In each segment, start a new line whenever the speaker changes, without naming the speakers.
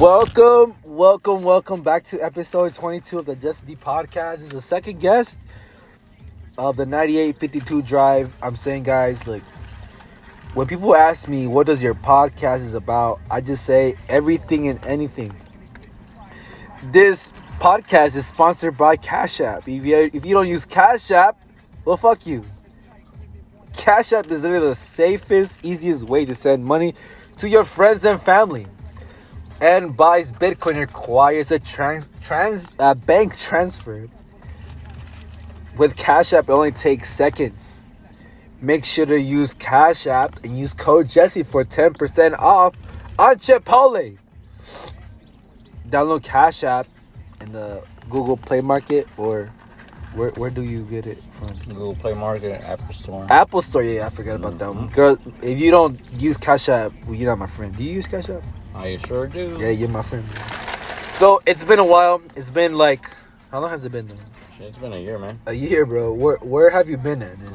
Welcome, welcome, welcome back to episode 22 of the Just D podcast. Is the second guest of the 9852 drive. I'm saying, guys, look, when people ask me what does your podcast is about, I just say everything and anything. This podcast is sponsored by Cash App. If you, if you don't use Cash App, well, fuck you. Cash App is literally the safest, easiest way to send money to your friends and family and buys Bitcoin requires a trans, trans uh, bank transfer. With Cash App, it only takes seconds. Make sure to use Cash App and use code Jesse for 10% off on Chipotle. Download Cash App in the Google Play Market or where, where do you get it from?
Google Play Market and Apple Store.
Apple Store, yeah, I forgot about that one. Girl, if you don't use Cash App, well, you're not my friend. Do you use Cash App?
I sure do.
Yeah, you're my friend. So it's been a while. It's been like, how long has it been? Though?
Shit, It's been a year, man.
A year, bro. Where where have you been at? Man?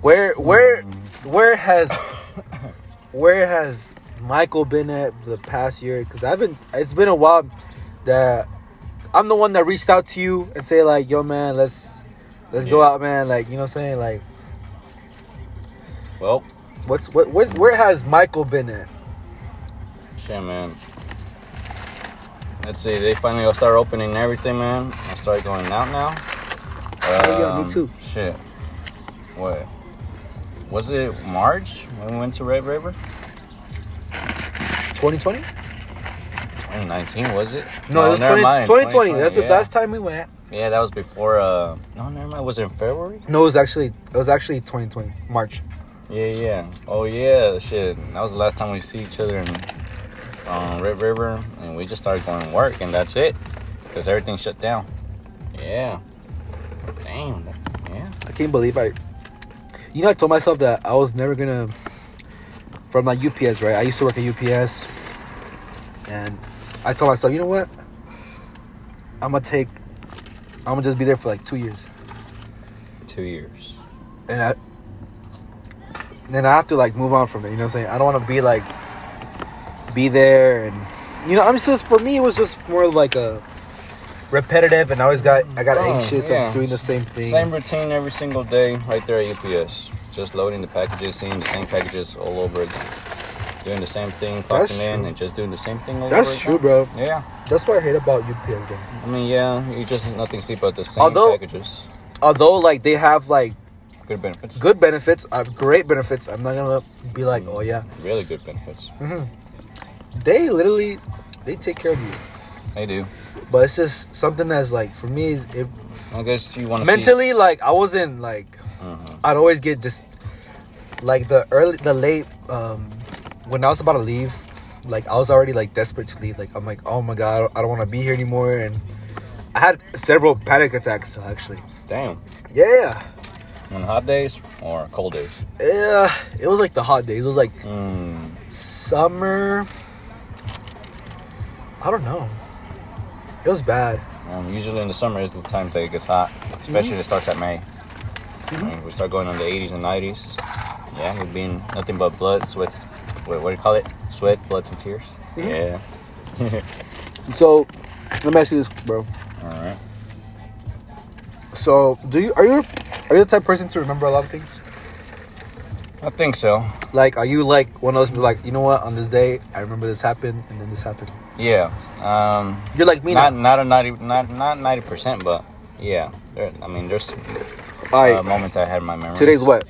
Where where where has where has Michael been at for the past year? Because I've been. It's been a while that I'm the one that reached out to you and say like, yo, man, let's let's go
Yeah.
out, man. Like, you know what I'm saying? Like,
Well,
what's what, what where has Michael been at?
shit, man. Let's see. They finally gonna start opening everything, man. I start going out now.
Oh, yeah, me
Um,
too.
Shit. What? Was it March when we went to Red River?
2020?
2019 was it? Oh,
No, it was
never
20,
mind.
2020. That's the
yeah.
last time we went.
Yeah, that was before. uh No, never mind. Was it in February?
No, it was actually it was actually 2020 March.
Yeah, yeah. Oh, yeah. Shit. That was the last time we see each other in um, Red River, and we just started going to work, and that's it, because everything shut down. Yeah. Damn. That's, yeah.
I can't believe I. You know, I told myself that I was never gonna. From like UPS, right? I used to work at UPS, and I told myself, you know what? I'm gonna take. I'm gonna just be there for like two years,
Two years.
and I. Then I have to like move on from it. You know what I'm saying? I don't want to be like. Be there and, you know, I'm just for me it was just more like a. Repetitive, and I always got I got
Oh,
anxious
yeah.
of doing the same thing.
Same routine every single day, right there at UPS. Just loading the packages, seeing the same packages all over again. Doing the same thing,
That's
clocking in,
true.
and just doing the same thing all
That's
over
true,
again.
bro.
Yeah.
That's what I hate about UPS. Bro.
I mean, yeah. You just nothing see but the same
Although-
packages.
Although, like, they have like
Good benefits.
good benefits, I have great benefits. I'm not gonna be like, oh yeah.
Really good benefits.
They literally, they take care of you.
They do.
But it's just something that's like for me, it,
I guess you want to
mentally, like I wasn't like
Mhm.
I'd always get this, like the early, the late, um, when I was about to leave, like I was already like desperate to leave. Like I'm like, oh my god, I don't want to be here anymore, and I had several panic attacks actually.
Damn.
Yeah.
On hot days or cold days?
Yeah, it was like the hot days. It was like Mm-hmm.
Mm,
summer. I don't know. It was bad.
um, usually in the summer is the time that it gets hot, especially if it starts at May.
Mm-hmm.
I mean, we start going on the 80s and 90s. Yeah, we've been nothing but blood, sweat, what, what do you call it? Sweat, bloods, and tears.
Mm-hmm.
Yeah.
So, let me ask you this, bro.
All right.
So, do you are you are you the type of person to remember a lot of things?
I think so.
Like, are you like one of those people like you know what on this day I remember this happened and then this happened.
Yeah. Um,
You're like me.
not
now.
not a 90 not not 90 percent, but yeah. There, I mean, there's
All right.
uh, moments I had in my memory.
Today's what?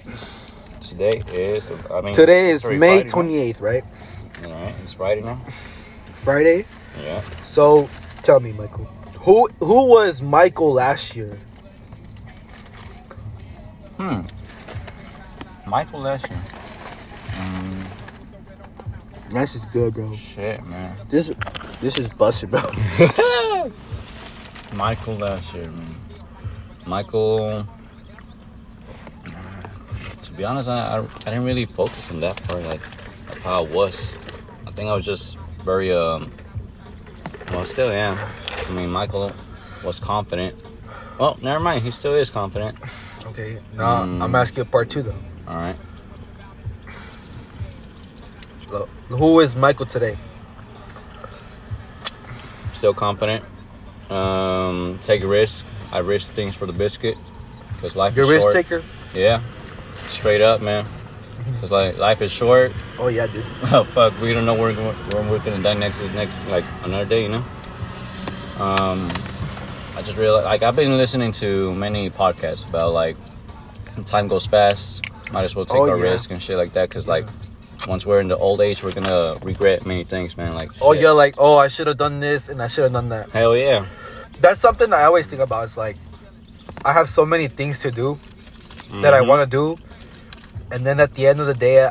today is I mean
Today is
it's already
May
Friday now.
twenty eighth, right?
All right, it's Friday now.
Friday.
Yeah.
So, tell me, Michael, who who was Michael last year?
Hmm. Michael last year.
That's just good, bro.
Shit, man.
This this is busted, bro.
Michael last year, man. Michael. To be honest, I, I, I didn't really focus on that part, like, of how I was. I think I was just very, um, well, still am. I mean, Michael was confident. Well, never mind, he still is confident.
Okay, now
Mm.
I'm asking you part two though.
All right.
Look, Who is Michael today?
still confident. Um, take a risk. I risk things for the biscuit because life
You're
is
a risk
short.
taker.
Yeah, straight up, man. Cause like life is short.
Oh yeah, dude.
Oh fuck, we don't know where we're, where we're gonna die next next like another day, you know. Um, I just realized like I've been listening to many podcasts about like time goes fast. Might as well take
Oh,
our
yeah.
risk and shit like that. Cause like once we're in the old age, we're gonna regret many things, man. Like
Oh
shit.
yeah, like oh I should have done this and I should have done that.
hell yeah,
That's something I always think about. It's like I have so many things to do that I
Mhm.
want to do, and then at the end of the day, I,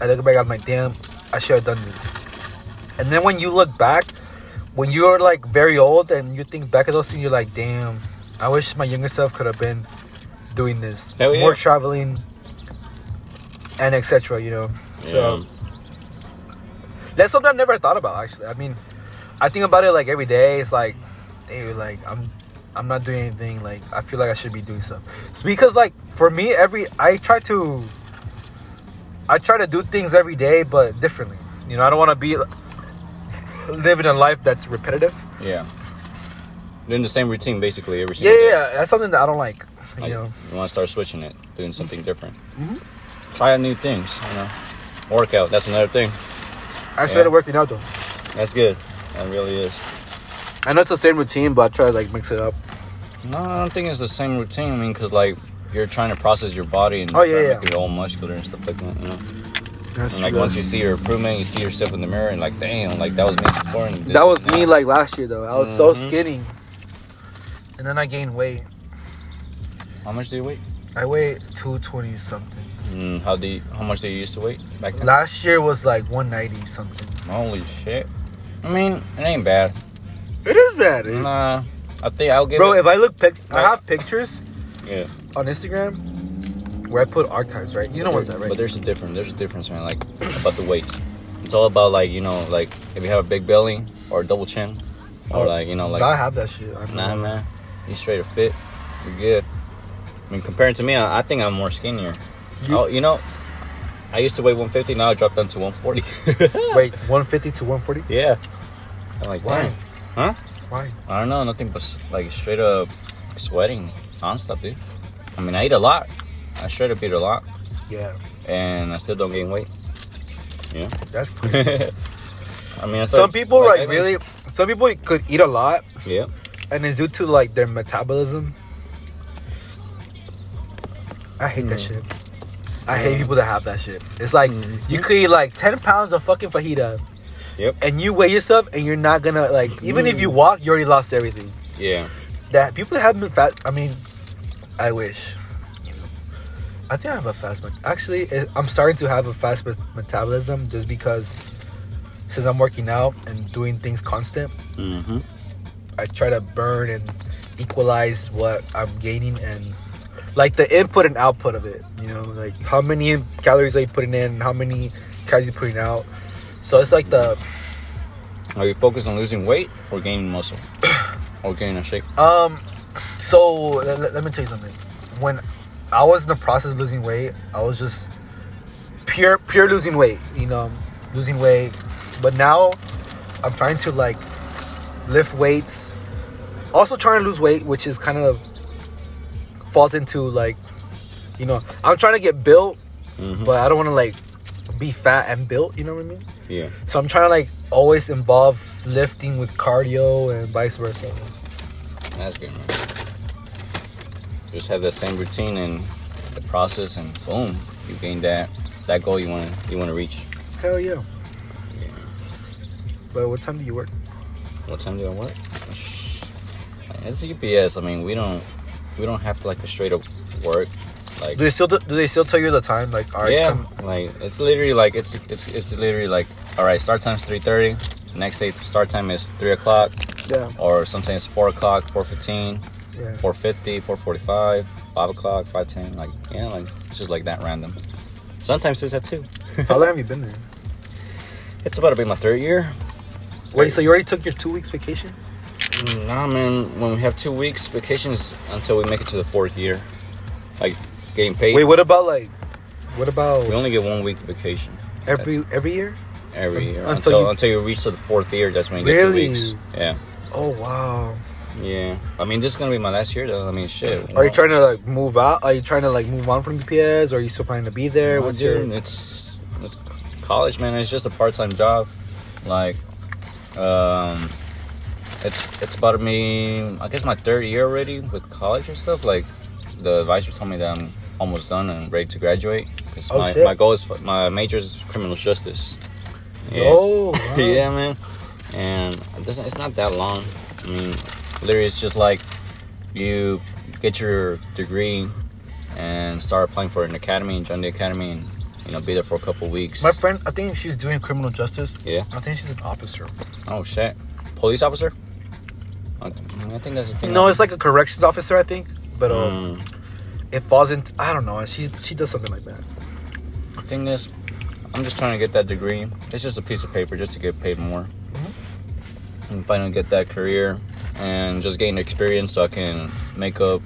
I look back. I'm like, damn, I should have done this. And then when you look back, when you're like very old and you think back at those things, you're like, damn, I wish my younger self could have been doing this,
Hell yeah.
more traveling, and etc. You know.
Mm-hmm.
So-
Yeah.
That's something I've never thought about actually. I mean, I think about it like every day. It's like, dude, like I'm, I'm not doing anything. Like I feel like I should be doing something. It's because like for me, every I try to, I try to do things every day, but differently. You know, I don't want to be living a life that's repetitive.
Yeah. Doing the same routine basically every
Yeah, yeah,
single day.
yeah, that's something that I don't like. You
Like,
know,
You want to start switching it, doing something different.
Mm-hmm.
Try out new things, you know. Workout, that's another thing.
I started working out though.
That's good. That really is.
I know it's the same routine, but I try to like mix it up.
No, I don't think it's the same routine. I mean, because like you're trying to process your body and
Oh, yeah,
you're trying to
yeah.
make it all muscular and stuff like that. You know,
That's
and, like once you see your improvement, you see yourself in the mirror and like, damn, like that was me before. And this
That was
and
me like last year though. I was so
Mhm.
skinny. And then I gained weight.
How much do you weigh?
I weigh 220 something.
Mm, how do you, how much do you used to weigh back then?
Last year was like 190 something.
Holy shit! I mean, it ain't bad.
It is that. dude.
Nah, I think I'll give
Bro,
it.
if I look pic I
Mm-hmm. Right.
have pictures
yeah.
on Instagram where I put archives, right? You know what's that,
But
right?
there's a difference. There's a difference, man. Like about the weights. It's all about like you know, like if you have a big belly or a double chin, or
Oh,
like you know, like
I have that shit. I mean,
Nah, man. You straight or fit. You're good. I mean, compared to me, I, I think I'm more skinnier.
You-
oh, you know, I used to weigh 150. Now I dropped down to 140.
Wait, 150 to 140?
yeah. I'm like,
Why?
damn. Huh?
Why?
I don't know. Nothing but s- like straight up sweating nonstop, dude. I mean, I eat a lot. I straight up eat a lot,
Yeah,
and I still don't gain weight.
that's crazy.
I mean, I
Some
started-
people
like,
like
I-
really some people could eat a lot
Yeah.
and it's due to like their metabolism. I hate that
Mm.
shit. I hate people that have that shit. It's like you could eat like ten pounds of fucking fajita,
Yep.
and you weigh yourself, and you're not gonna like. Even if you walk, you already lost everything.
Yeah.
That people that have been fat. I mean, I wish. you know. I think I have a fast. Met- Actually, it, I'm starting to have a fast met- metabolism just because since I'm working out and doing things constant,
Mm-hmm.
I try to burn and equalize what I'm gaining and like the input and output of it. You know, like how many in- calories are you putting in, how many calories you putting out. So it's like the
Are you focused on losing weight or gaining muscle or gaining a shape?
um. So let, let- let me tell you something. When I was in the process of losing weight, I was just pure pure losing weight. You know, losing weight. But now I'm trying to like lift weights. Also trying to lose weight, which is kind of falls into like, you know, I'm trying to get built,
Mhm.
but I don't want to like be fat and built. You know what I mean?
Yeah.
So I'm trying to like always involve lifting with cardio and vice versa.
That's good, man. Just have that same routine and the process, and boom, you gain that that goal you want to you want to reach.
Hell yeah. But what time do you work?
What time do I work? Shh. It's UPS. I mean, we don't we don't have like a straight up work. Like
Do they still do they still tell you the time? Like, all right,
yeah,
come-
like it's literally like it's it's it's literally like all right, start time's three thirty. Next day start time is three o'clock,
yeah,
or sometimes four o'clock, four fifteen.
yeah.
450, 445, 5 o'clock, 510. Like, yeah, like, it's just like that random. Sometimes it's at 2.
How long have you been there?
It's about to be my third year.
Wait, so you already took your two weeks vacation?
Mm, Nah, man, when we have two weeks vacations until we make it to the fourth year. Like, getting paid.
Wait, what about like, what about
we only get one week vacation.
every every year?
every year
Until
until until
you-
you, reach to the fourth year. That's when you get
Really?
two weeks. Yeah,
Oh wow.
yeah. I mean, this is gonna be my last year though. I mean, shit.
Are you trying to like move out? Are you trying to like move on from BPS? Or are you still planning to be there?
Nah,
What's
dude,
your
It's it's college, man. It's just a part-time job. Like, um, it's it's about me. I guess my third year already with college and stuff. Like, the advisor told me that I'm almost done and ready to graduate. Cause
Oh,
my
shit.
my goal is my major is criminal justice.
Oh wow.
yeah, man. And it doesn't. It's not that long. I mean, literally, it's just like you get your degree and start applying for an academy and join the academy and you know be there for a couple weeks.
My friend, I think she's doing criminal justice.
yeah.
I think she's an officer.
Oh shit. Police officer. I I think that's the thing.
No, it's like a corrections officer, I think. But uh,
Mm,
it falls into I don't know. She she does something like that.
the thing is, I'm just trying to get that degree. It's just a piece of paper just to get paid more.
Mm-hmm.
And finally get that career and just gain experience so I can make up,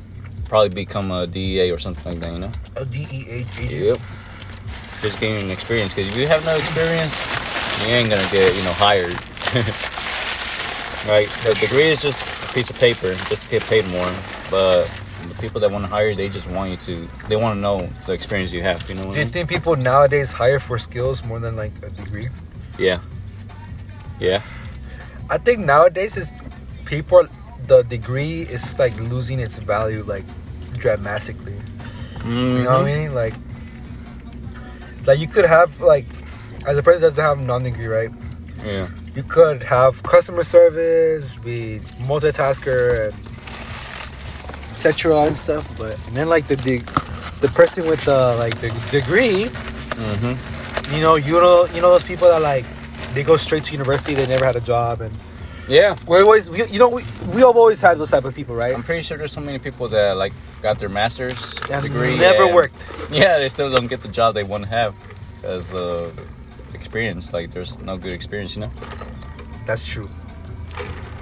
probably become a DEA or something like that, you know?
A DEA agent.
Yep. Just gaining experience because if you have no experience, you ain't gonna get you know hired. right? The degree is just a piece of paper, just to get paid more. But the people that want to hire, you, they just want you to. They want to know the experience you have. You know what
Do
I
you
mean?
think people nowadays hire for skills more than like a degree?
Yeah. Yeah.
I think nowadays is people the degree is like losing its value like dramatically.
Mm-hmm.
You know what I mean? Like like you could have like as a person that doesn't have a non degree, right?
Mhm. Yeah.
You could have customer service, be multitasker and etc. and stuff, but and then like the de- the person with the like the degree,
Mm-hmm.
you know, you know you know those people that like they go straight to university, they never had a job and
Yeah.
We're always, we, you know, we, we have always had those type of people, right?
I'm pretty sure there's so many people that like got their master's
And
degree,
never
and-
worked.
Yeah, they still don't get the job they want to have as uh, experience. Like, there's no good experience, you know?
That's true.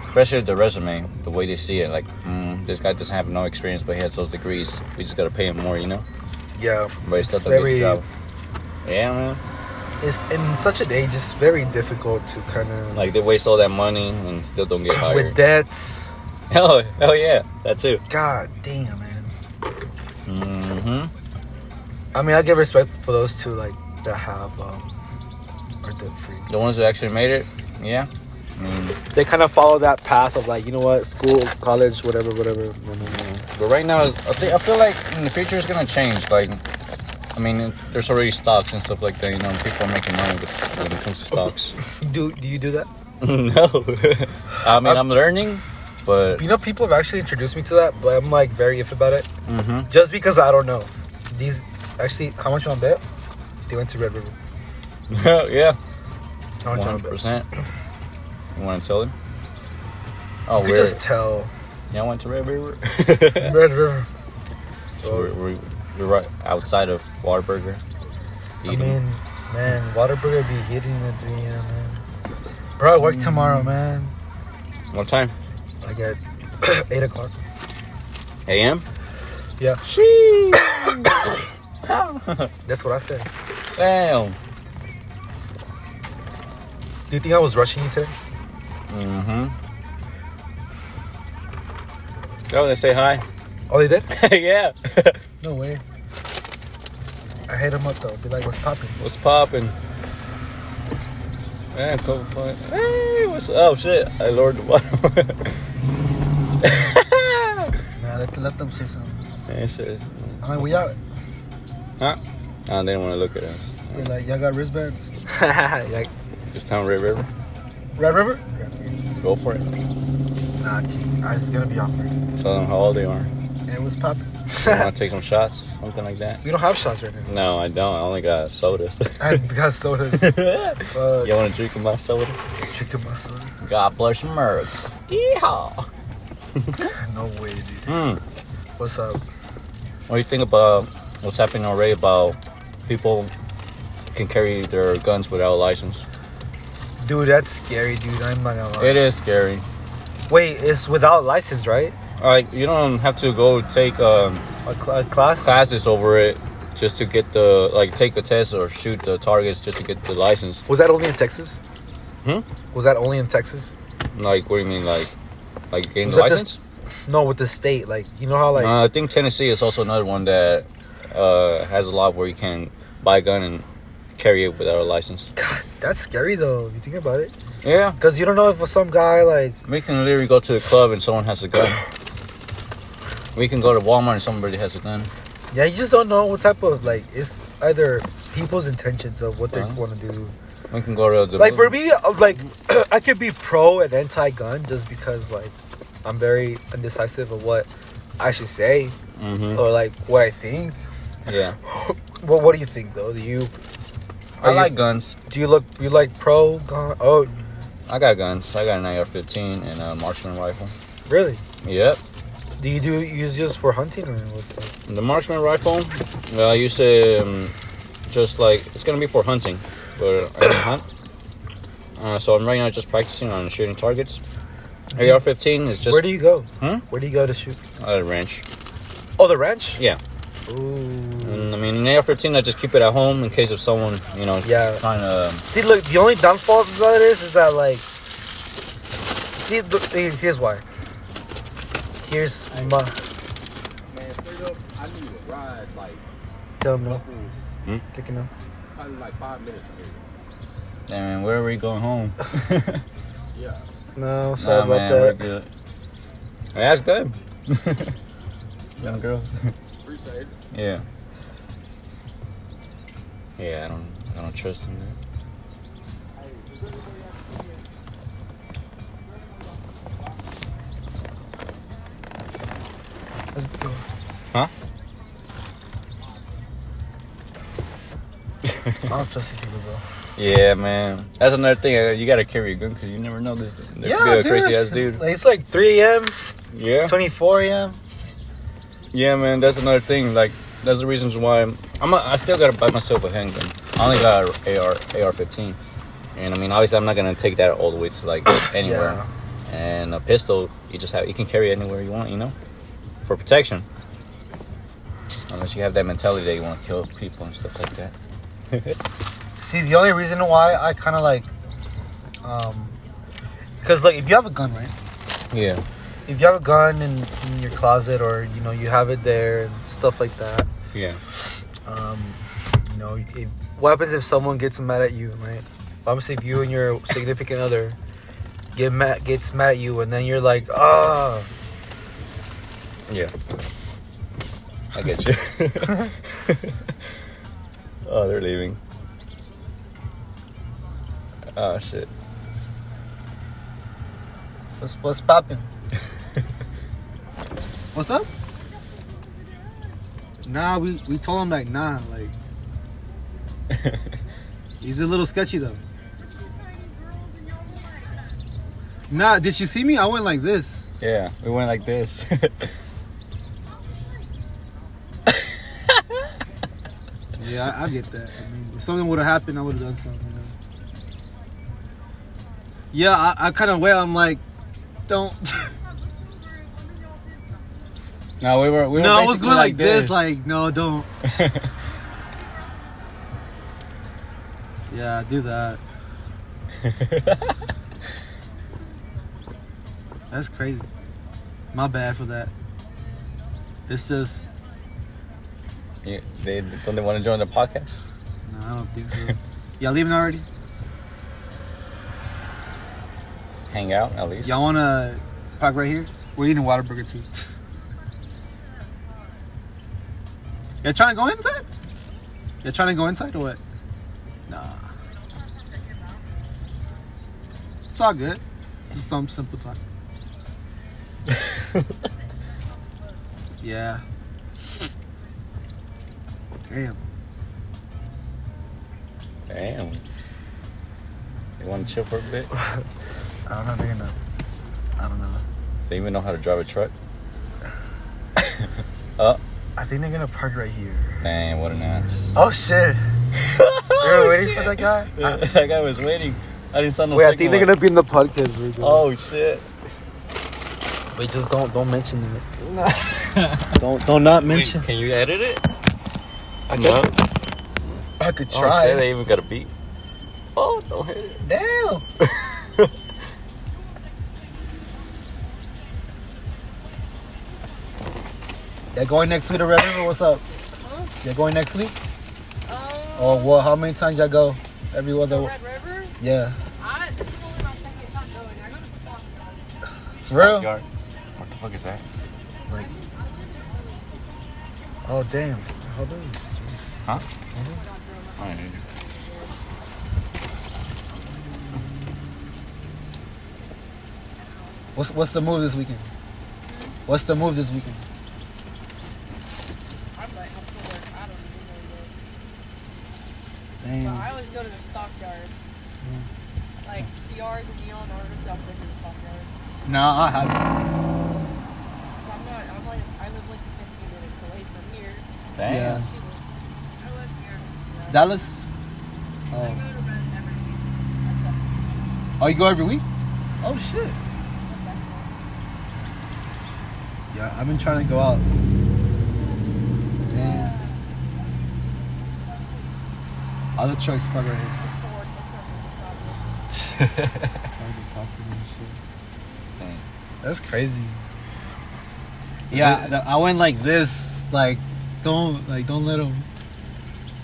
Especially the resume, the way they see it. Like, mm, this guy doesn't have no experience, but he has those degrees. We just gotta pay him more, you know?
Yeah,
But he
it's
still don't
very,
get the job. Yeah, man.
it's in such an age, it's very difficult to kind of
Like, they waste all that money and still don't get
with
hired.
debts.
Hell, hell yeah, that too.
God damn, man.
Mm-hmm.
I mean, I give respect for those two, like that have um, are debt free.
The ones who actually made it, yeah. I mean,
They kind of follow that path of like, you know what, school, college, whatever, whatever.
But right now, it's- I think I feel like in the future it's gonna change. Like, I mean, there's already stocks and stuff like that. You know, and people are making money with, when it comes to stocks.
Do do you do that?
no, I mean I'm learning, but
You know, people have actually introduced me to that, but I'm like very if about it,
hmm
just because I don't know. These actually, how much you on bet? They went to Red River.
yeah,
How much you on
100.
bet?
percent You want to tell him? Oh,
You
we're
could just tell.
yeah, I went to Red River.
Red River.
so we're, we're, we're right outside of Waterburger.
I
Eating.
mean, man, Waterburger be hitting at 3 a.m., man. Bro, I work tomorrow, man.
what time?
Like at 8 o'clock.
A.M.
Yeah.
She.
That's what I said.
Damn.
Do you think I was rushing you today?
Mm-hmm. Oh, they say hi.
Oh, they did?
yeah.
No way. I hit him up, though. Be like, what's popping?
what's poppin'? Man, couple point. Hey, what's up? Oh, shit, I lowered the bottom.
Nah, let, let them say something.
Man, shit.
I mean, we out.
Huh? I didn't want to look at us.
We're like, y'all got wristbands? like,
Just town Red River.
Red River?
Go for it.
Nah, keep- ah, it's gonna be awkward.
Tell them how old they are.
And what's popping?
You want to take some shots? Something like that?
we don't have shots right now.
No, I don't. I only got sodas.
I got sodas.
you
Fuck.
want to drink of my soda?
Chicken muscle.
God bless America. Yeehaw.
No way, dude.
Hmm.
What's up?
What do you think about what's happening already about people can carry their guns without a license?
Dude, that's scary, dude. I'm not gonna lie.
It is scary.
Wait, it's without license, right?
Like you don't have to go take um,
A, cl- a class?
classes over it. just to get the like take the test or shoot the targets just to get the license.
Was that only in Texas?
Hmm?
Was that only in Texas?
Like what do you mean like like getting
Was
the
that this-
license?
No, with the state. Like you know how like
Uh, I think Tennessee is also another one that uh, has a law where you can buy a gun and carry it without a license.
God, that's scary though. If you think about it,
Yeah,
because you don't know if some guy like
we can literally go to the club and someone has a gun. We can go to Walmart and somebody has a gun.
yeah, you just don't know what type of like it's either people's intentions of what they
Uh-huh.
want to do.
We can go to the
Like for
movie.
me, I'm, like I could be pro and anti-gun just because like I'm very indecisive of what I should say
Mhm.
or like what I think.
Yeah,
Well, what do you think though? Do you
I
Are you-
like guns.
do you look you like pro gun? Oh,
I got guns. I got an AR-15 and a marksman rifle.
really?
Yep,
Do you do use this for hunting or what's up?
the marksman rifle. uh, I used to um, just like it's gonna be for hunting, but I don't hunt. Uh, so I'm right now just practicing on shooting targets. AR-15 is just
Where do you go?
Hmm?
Where do you go to shoot?
at a ranch.
Oh, the ranch.
Yeah.
Ooh.
And, I mean, an AR-15, I just keep it at home in case of someone, you know,
Yeah.
trying to.
See, look, the only downfall of that is, is that like, see, look, here- here's why. Here's my
Man, straight up, I need a ride like
tell me,
couple,
Hmm?
Click it now.
probably like five minutes away.
Damn, where are we going home?
Yeah.
No, sorry
nah,
about
man, we're
that.
good. Yeah, that's good. Young girls.
Appreciate it.
Yeah. Yeah, I don't, I don't trust him. man.
Let's go.
Huh?
I don't trust these people, bro.
Yeah, man. That's another thing. uh, You gotta carry a gun because you never know this. There could be a crazy ass dude.
Like, it's like 3 a.m.,
Yeah.
24 a.m.
Yeah, man, that's another thing. Like, that's the reasons why I'm. I'm a, I still gotta buy myself a handgun. I only got a AR AR-15, and I mean, obviously, I'm not gonna take that all the way to like anywhere. And a pistol, you just have you can carry it anywhere you want, you know, for protection. Unless you have that mentality that you want to kill people and stuff like that.
See, the only reason why I kind of like, um, because look, if you have a gun, right?
Yeah.
If you have a gun in, in your closet or, you know, you have it there and stuff like that,
Yeah.
um, you know, if, what happens if someone gets mad at you, right? Obviously, if you and your significant other get mad, gets mad at you, and then you're like, ah,
Yeah. I get you. oh, they're leaving. Oh shit.
what's, what's popping? what's up? Nah, we, we told him like, nah, like he's a little sketchy though. Nah, did you see me? I went like this.
Yeah, we went like this.
Yeah, I, I get that. I mean, if something would have happened, I would have done something. You know? Yeah, I, I kind of well. I'm like, don't.
no, we were. We were
no, I was
basically
going like this. Like, no, don't. Yeah, do that. That's crazy. My bad for that. It's just,
You- they don't they want to join the podcast?
no, I don't think so. Y'all leaving already?
Hang out at least.
Y'all wanna park right here? We're eating Whataburger too. Y'all trying to go inside? Y'all trying to go inside or what? Nah. It's all good. It's just some simple talk. yeah. Damn.
Damn. They want to chill for a bit.
I don't know. They're gonna. I don't know.
They even know how to drive a truck.
I think they're gonna park right here.
Dang, what an ass.
Oh shit! Oh, You were waiting for that guy.
Yeah, that guy was waiting. I didn't sound no
Wait, I think
signal.
they're gonna be in the podcast. We're gonna-
Oh shit.
Wait, just don't don't mention it. don't don't not mention.
Wait, can you edit it?
I
No.
could, I could
Oh, shit,
try.
they even got a beat. Oh, don't hit it.
Damn. They're going next week to Red River. What's up?
Huh?
They're going next week? Oh,
Um,
well, how many times y'all go? Every
the
other.
Red River?
Yeah.
I, this is only my second time going. I go to Stockton.
For real?
Stockyard. What the fuck is that?
Like, oh damn! How old is this?
I don't know.
What's what's the move this weekend?
Hmm?
What's the move this weekend?
I'm like, I'm to work. I don't even know yet. But I
Damn.
always go to the stockyards.
Mm.
Like, the yards and Neon are just up there to the stockyards.
Nah, I have.
Because I'm not, I'm like, I live like 15 minutes away from here.
Damn.
Yeah.
She lives. I live here. Yeah.
Dallas.
I
Oh.
go to Red every week. That's up.
oh, you go every week? Oh shit.
That's back
Yeah, I've been trying to go out. Damn. All the trucks parked right here.
home. It's the work. That's not really the problem.
Target property and shit.
Dang.
That's crazy.
Is
yeah,
it-
the- I went like this, like don't like don't let him.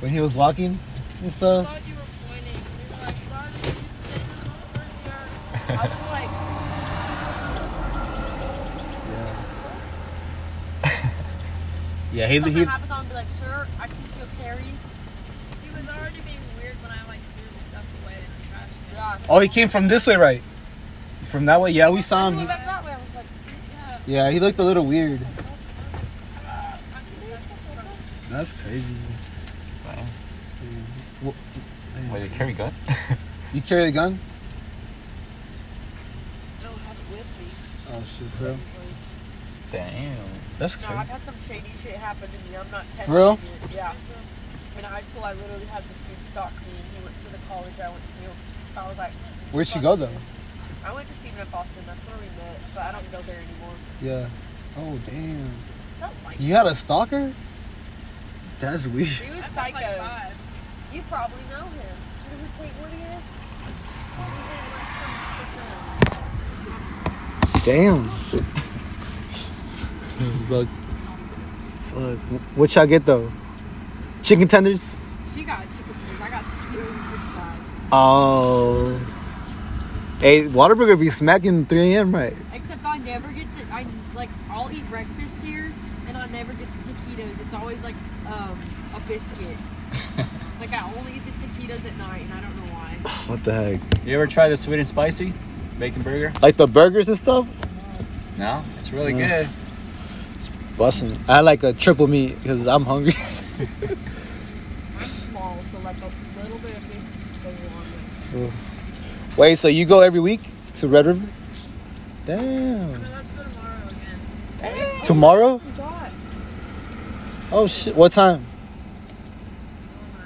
When he was walking and stuff.
thought you were pointing. He was like, why did you say I was
Yeah.
like,
yeah, he,
something
he
happens, I'm gonna be like, sir, I can still carry. He was already being weird when I like threw the stuff away in the trash can. Yeah.
Oh, he came from this way, right? From that way. Yeah, we saw
He
him.
went back that way. I was like, yeah.
Yeah, he looked a little weird. That's crazy.
Damn.
Wha-
Wait, they carry gun?
You carry a gun?
I don't have it with me.
Oh shit, for real.
Damn.
That's
No, I've had some shady shit happen to me. I'm not testing
For real?
it. Yeah. In high school, I literally had this dude stalk me, and he went to the college I went to. So I was like,
Where'd she
fuck
go,
this.
though?
I went to Stephen F. Austin. That's where we met. So I don't go there anymore.
Yeah. Oh damn.
It's not like
You had a stalker? That's weird.
He was psycho. you probably know him. You know who Tate Woody is? He's in like some freaking-
Damn. Look. Fuck. What y'all get though? Chicken tenders.
She got chicken fingers. I got tequila and french fries.
Oh. Hey, Waterburger be smacking 3 a.m. right?
Except I never get the I like I'll eat breakfast here and I never get the taquitos. It's always like um a biscuit. like I only eat the taquitos at night and I don't know why.
What the heck?
You ever try the sweet and spicy bacon burger?
Like the burgers and stuff?
No, it's really
No.
good.
Bussin'. I like a triple meat because I'm hungry.
I'm small, so like a little bit of it goes along with.
Wait, so you go every week to Red River? Damn.
gonna have to go tomorrow again.
Tomorrow?
Oh my god.
Oh shit. What time?
Oh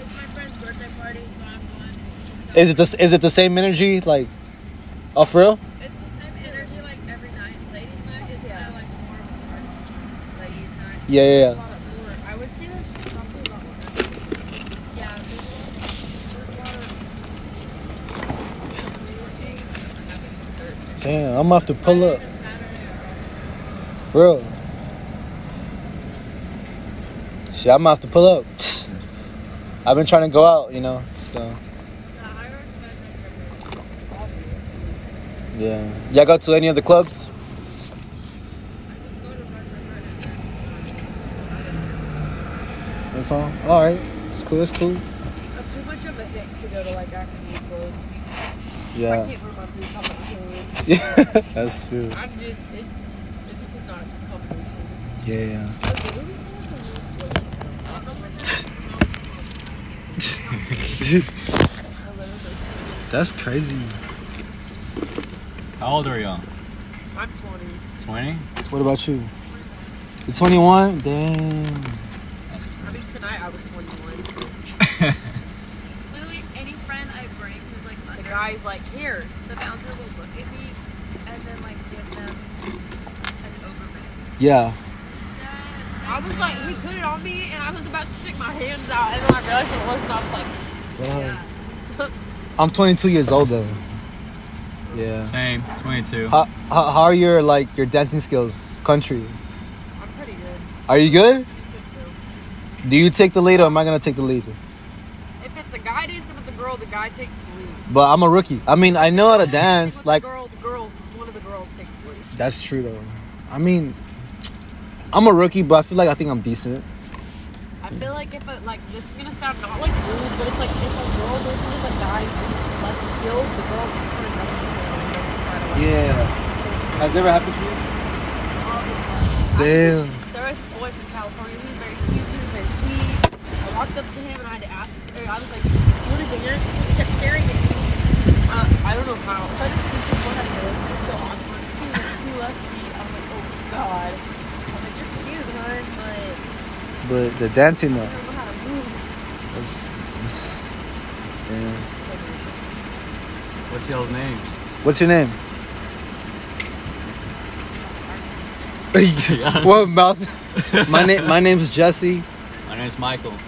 It's my friend's birthday party, so I'm going.
Is it the is it the same energy like? Oh, for real?
It's the same energy like every night. Ladies' night is kind of like more of a party. Ladies' night.
Yeah, yeah, yeah.
I would say there's probably a lot more. Yeah, there's a lot of.
Damn, I'm off to pull up. For real. Shit, I'm off to pull up. I've been trying to go out, you know. So yeah. Y'all go to any of the clubs? That's all. All right. It's cool. It's cool.
I'm too much of a hick to go to like actual clubs. I
Yeah.
can't remember how much food.
That's true.
I'm just, it, it just is not a competition.
Yeah. yeah.
Oh,
That's crazy.
How old are y'all?
I'm 20.
20?
What about you? You're 21. Damn.
I mean, tonight I was 21.
Literally any friend I bring who's like
The
under,
guy's like, here.
the bouncer will look at me and then like give them an overbite.
Yeah.
Yes,
I I was like, he put it on me, and I was about to stick my hands out, and then I realized it wasn't. I was like,
Damn.
Yeah.
I'm 22 years old then. Yeah.
Same, 22.
How, how, how are your like your dancing skills, country?
I'm pretty good.
Are you good?
Good though.
Do you take the lead or am I gonna take the lead?
If it's a guy dancing with a girl, the guy takes the lead.
But I'm a rookie. I mean, I know how to dance.
With
Like
the girl, the girl, one of the girls takes the lead.
that's true though. I mean, I'm a rookie, but I feel like I think I'm decent.
I feel like if a, like this is gonna sound not like rude, but it's like if a girl dances with a guy who's less skilled, the girl can turn it up.
Yeah. Has that ever happened to you?
Um,
Damn.
There was a boy from California. He was very cute. He was very sweet. I walked up to him and I had to ask. Or I was like, "Do you want to dance?" He kept staring at me. Uh, I don't know how. So I just think this one had to so awkward. Two, two left feet. I was like, "Oh God." I was like, "You're cute, hun, but
But the dancing
I
though.
don't know how to move."
Is, is, yeah.
What's y'all's names?
What's your name? what mouth? My name. My name's Jesse.
My name's Michael.
Yeah,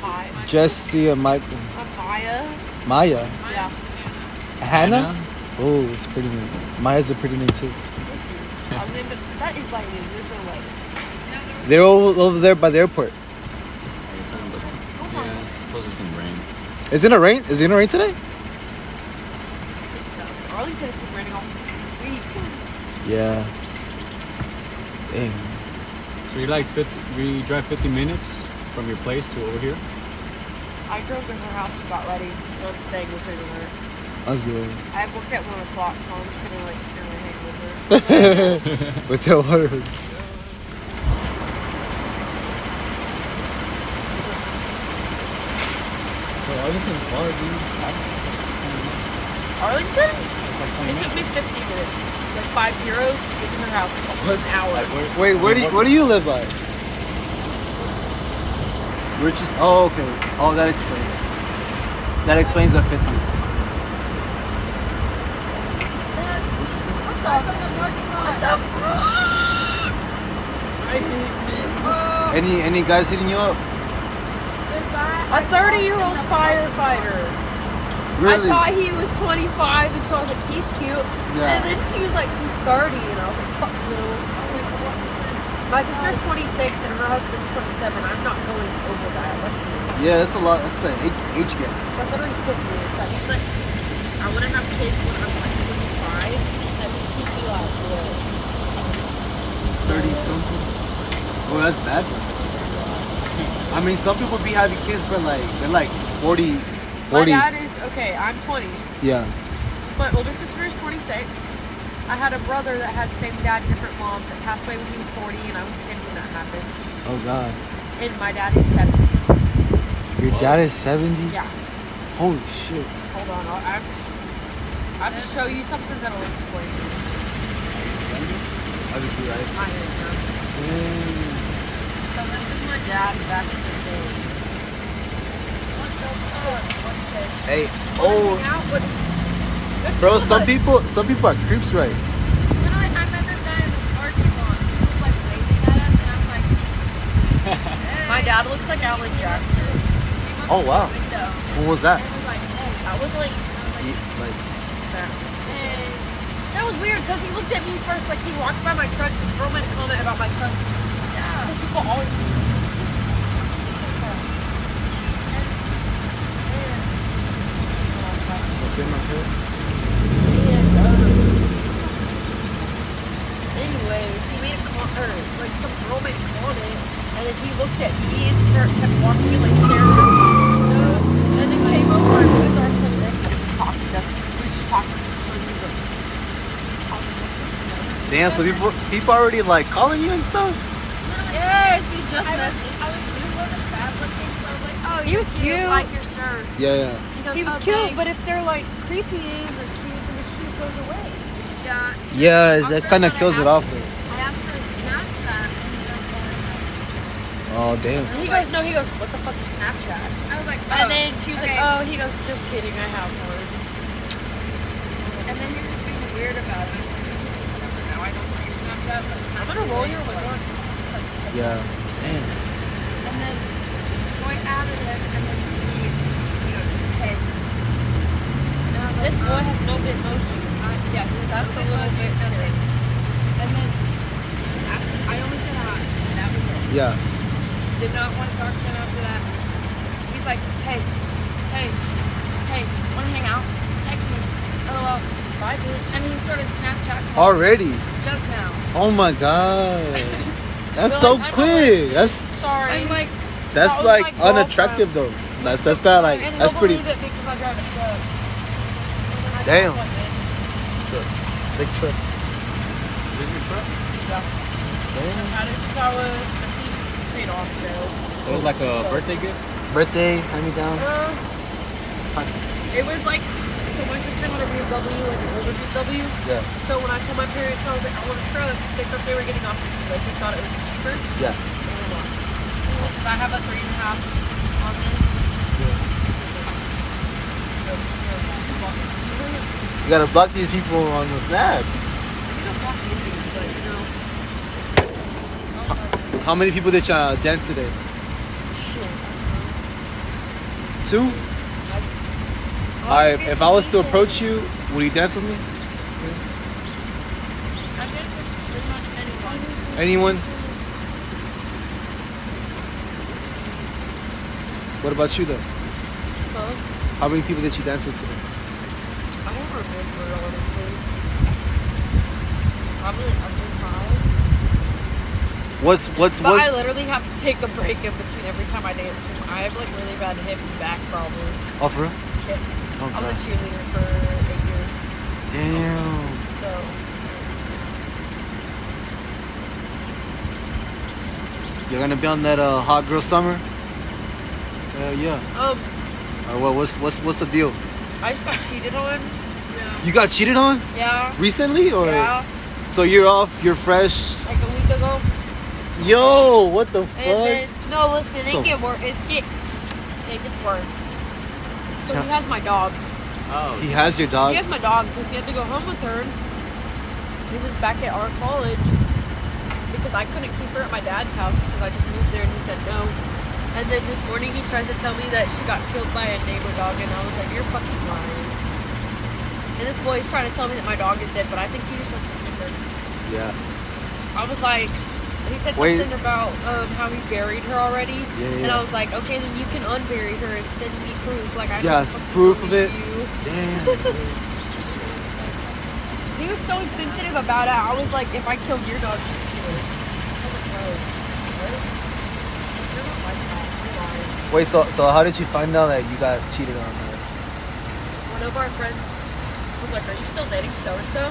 hi.
Jesse and Michael.
I'm Maya.
Maya.
Yeah.
Hannah. Oh, it's a pretty name. Maya's a pretty name too.
I'm named it- that is like named. There's no way.
They're all over there by the airport.
Are you talking about-
Oh
Yeah, I suppose it's gonna rain.
Is it gonna rain? Is it gonna rain today?
Arlington has been raining all week.
Yeah. Dang.
So you like 50, we drive 50 minutes from your place to over here?
I drove to her house and got ready. And I'm staying with her tonight.
That's good.
I have work at one o'clock, so I'm just gonna like kind of hang with her.
But tell her.
Arlington? It took me 50 minutes, like five zero, to get to her house. Like, an hour.
Wait, where do you, where do you live by? Richest. Oh, okay. Oh, that explains. That explains the fifty. Any any guys hitting you up?
A 30 year old firefighter. I thought he was 25, and so I was like, he's cute. And
yeah.
then she was like, he's 30, and I was like, fuck no. My sister's 26 and her husband's 27. I'm not going over that. That's,
Yeah, that's a lot. That's the age, age gap.
that's literally 20 years. That means like, I want to have kids when I'm like 25. That means he'd be like, whoa.
Thirty something. Oh, that's bad. I mean, some people be having kids, but like they're like 40, 40s.
My dad is, okay, I'm 20.
yeah.
My older sister is 26. I had a brother that had same dad, different mom that passed away when he was 40, and I was 10 when that happened.
Oh God.
And my dad is 7.
Your dad is 70?
Yeah.
Holy shit.
Hold on, I'll, I have to, I have to show you something that'll explain
Obviously, right?
my age. So this is my dad back in the day.
Hey,
Oh,
oh, bro, some people, some people are creeps, right?
My dad looks like Alan Jackson.
Oh, wow.
Window.
What was that?
And was like, hey,
That was like,
Ye- Like,
that
hey.
was weird because he looked at me first, like he walked by my truck. This girl made a comment about my truck.
Yeah.
Those people always. Anyways, he made a comment, or like some girl made a comment, and then he looked at me and started kept walking and like staring at me. No, and then came over and put his arms like this and was talking to us. We were just talking to him, so he was like,
damn, so people, people already like calling you and stuff.
Yes, we just
I was,
met.
I was, he wasn't bad looking, so I was like, oh,
He
you're
was cute.
Like your shirt.
Yeah, yeah.
goes,
He was
"Oh,
cute,
thanks."
but if they're like creepy or cute, then the cute goes away.
yeah. he
Yeah,
was
that kind
awkward
of
when I
kills it off,
asked-
though.
I asked for his Snapchat, and he was like,
Oh, damn.
He goes, no, he goes, what the fuck is Snapchat?
I was like,
And
oh.
then she was
okay.
like, oh, he goes, just kidding, I have one.
And then you're just being weird about it. Now I don't like Snapchat, but
I'm gonna roll your window. and-
Yeah.
Damn.
And then going out of there and then leave. You go to the head. And I was like,
This boy
um,
has no bit motion.
I- yeah, he was
That's
little
a little
motion,
bit
nothing. And then after, I only said hi. and That was it.
Yeah.
Did not want to talk to him after that. He's like, hey, hey, hey, want to hang out? Text me. LOL.
Bye, bitch.
And he started Snapchat calling
Already.
just now.
Oh my god. That's so
Well, I don't
quick. That's
Sorry.
I'm like,
that's
That
like
was my
unattractive though. That's that's that like
and
that's
you'll
pretty.
believe it because I drive a truck. And I drive
Damn.
one, man.
Big trip.
Out of Chicago, it's paid off, though.
It was like a birthday gift.
Birthday, hand me down.
Uh, it was like, so my sister had a BMW, like an older BMW.
Yeah.
So when I told my parents, I was like, I want a truck. They thought they were getting off because they thought it was cheaper.
Yeah.
And they won. So I have a three and a half on this. So, yeah, walk.
You gotta block these people on the snap.
You don't walk either, but you know,
How many people did you uh, dance today?
shit.
Two. I if I was to approach you, would you dance with me?
I guess it's pretty much anyone.
Anyone? What about you though?
Huh?
How many people did you dance with today?
I don't remember honestly. Probably like under five.
What's what's
But
what?
I literally have to take a break in between every time I dance because I have like really bad hip and back problems.
Oh, for real?
Yes.
Oh,
I was a
God.
cheerleader for eight years,
Damn.
so
You're gonna be on that uh, hot girl summer? Hell yeah.
um,
Or what? What's what's what's the deal?
I just got cheated on.
You got cheated on
Yeah.
recently, or
Yeah.
so you're off, you're fresh.
Like a week ago.
Yo, what the
And then no, listen, it
So-
get worse. It's get it gets worse. So he
Yeah.
has my dog.
Oh.
He has your dog.
He has my dog because he had to go home with her. He was back at our college because I couldn't keep her at my dad's house because I just moved there and he said no. And then this morning he tries to tell me that she got killed by a neighbor dog and I was like, you're fucking lying. And this boy is trying to tell me that my dog is dead, but I think he just wants to keep her.
Yeah.
I was like, he said
Wait.
something about um, how he buried her already.
Yeah,
And
yeah.
I was like, okay, then you can unbury her and send me proof. Like I don't
Yes,
fucking
proof of
believe
it.
you.
Damn.
He was so insensitive about it. I was like, if I killed your dog, you kill it. I was like, no. What? You're not my dog. You're lying.
Wait, so so how did you find out that you got cheated on? Her?
One of our friends was like, are you still dating so and so?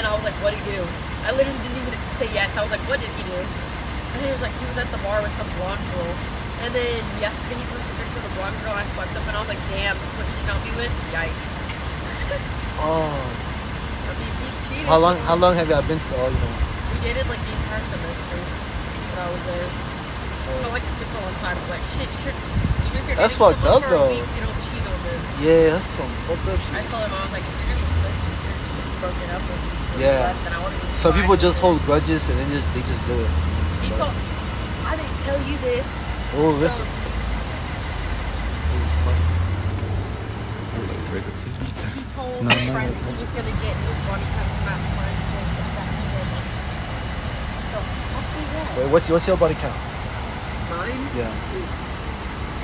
And I was like, what did he do? I literally didn't even say yes. I was like, what did he do? And he was like, he was at the bar with some blonde girl. And then yesterday he posted a picture of the blonde girl and I swiped up and I was like, damn, this is what you should help me with? Yikes.
Oh.
I mean, he cheated.
How long? How long have y'all been? To, oh, you know.
We dated like the entire semester when I was there. So like a super long time. Like shit, you should. Even if
Oh.
you're
That's
dating
fucked
someone
up,
for
though.
A week, you don't cheat on them.
Yeah, that's some fucked up
I
shit.
told him I was like, if you're gonna be pussy, if you're gonna be broken up with. with
Yeah.
left, Then I want to be
So
fine
people
with
just
it."
hold grudges and then just they just do it.
He told. I didn't tell you this.
Oh, this.
So, he, he told
No,
his
no,
friend
no.
he was gonna get his body cut from that friend. and put it back together. So, fucking hell.
Wait, what's what's your body count?
Mine?
Yeah.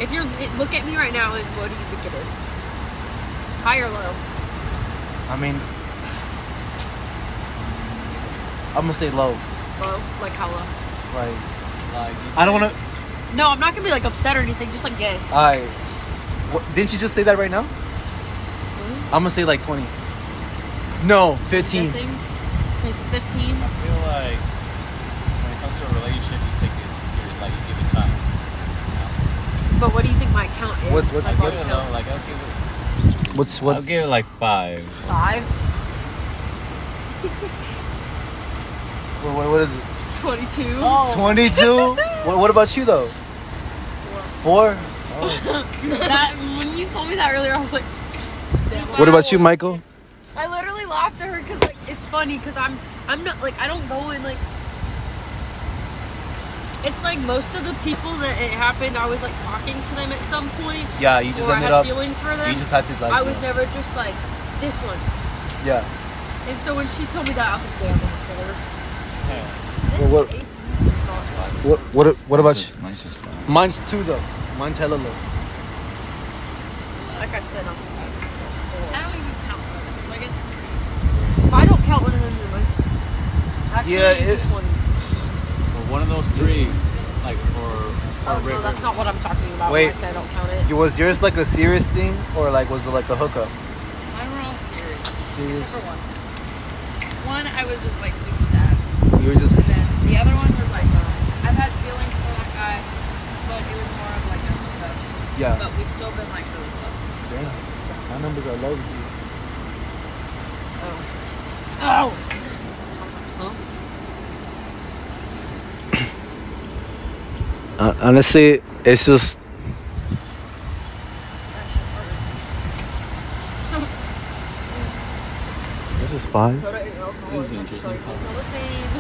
If you're look at me right now, and what do you think it is? High or low?
I mean, I'm gonna say low.
Low, like how low?
Like
Like,
I don't wanna.
No, I'm not gonna be like upset or anything. Just like guess.
I. What, didn't you just say that right now?
Hmm?
I'm gonna say like 20. No, 15.
Guessing. Okay, so 15.
I feel like when it comes to a relationship, you take it serious, like you give it time.
But what do you think my count is?
What's- what's
my
I
body
give it
count?
though, like I'll give it.
What's
I'll give it like five.
Five.
What, what- what is it?
22.
22. what, what about you though? Four.
that when you told me that earlier, I was like, damn.
What about you, Michael?
I literally laughed at her because like it's funny because I'm I'm not like I don't go in like It's like most of the people that it happened, I was like talking to them at some point,
Yeah, you just
or I
ended
had
up. You
feelings for them.
just had to like.
I was never just like this one.
Yeah.
And so when she told me that, I was like, damn, I'm killer. This
Well, what-
face is not fun.
What what what about you?
Mine's just fine.
Mine's two though. Mine's hella low.
Like I said, I'm
I don't even count them, so I guess three.
if I don't count one of them, then mine's actually
Yeah,
it'd be
it-
20.
But one of those three, like for
Oh,
Hard
no,
River.
that's not what I'm talking about.
Wait.
When I said I don't count it.
Was yours like a serious thing, or like was it like a hookup?
Mine were all serious.
Serious.
Except for one. One, I was just like super sad.
You were just.
And then the other one was like, uh, I've had feelings for that guy, but it was more of like a hookup.
Yeah.
But we've still been like really close.
My numbers are low.
Oh.
Uh, honestly, it's just.
This is fine.
Soda and alcohol
This is
are
interesting
like
topic.
all the same.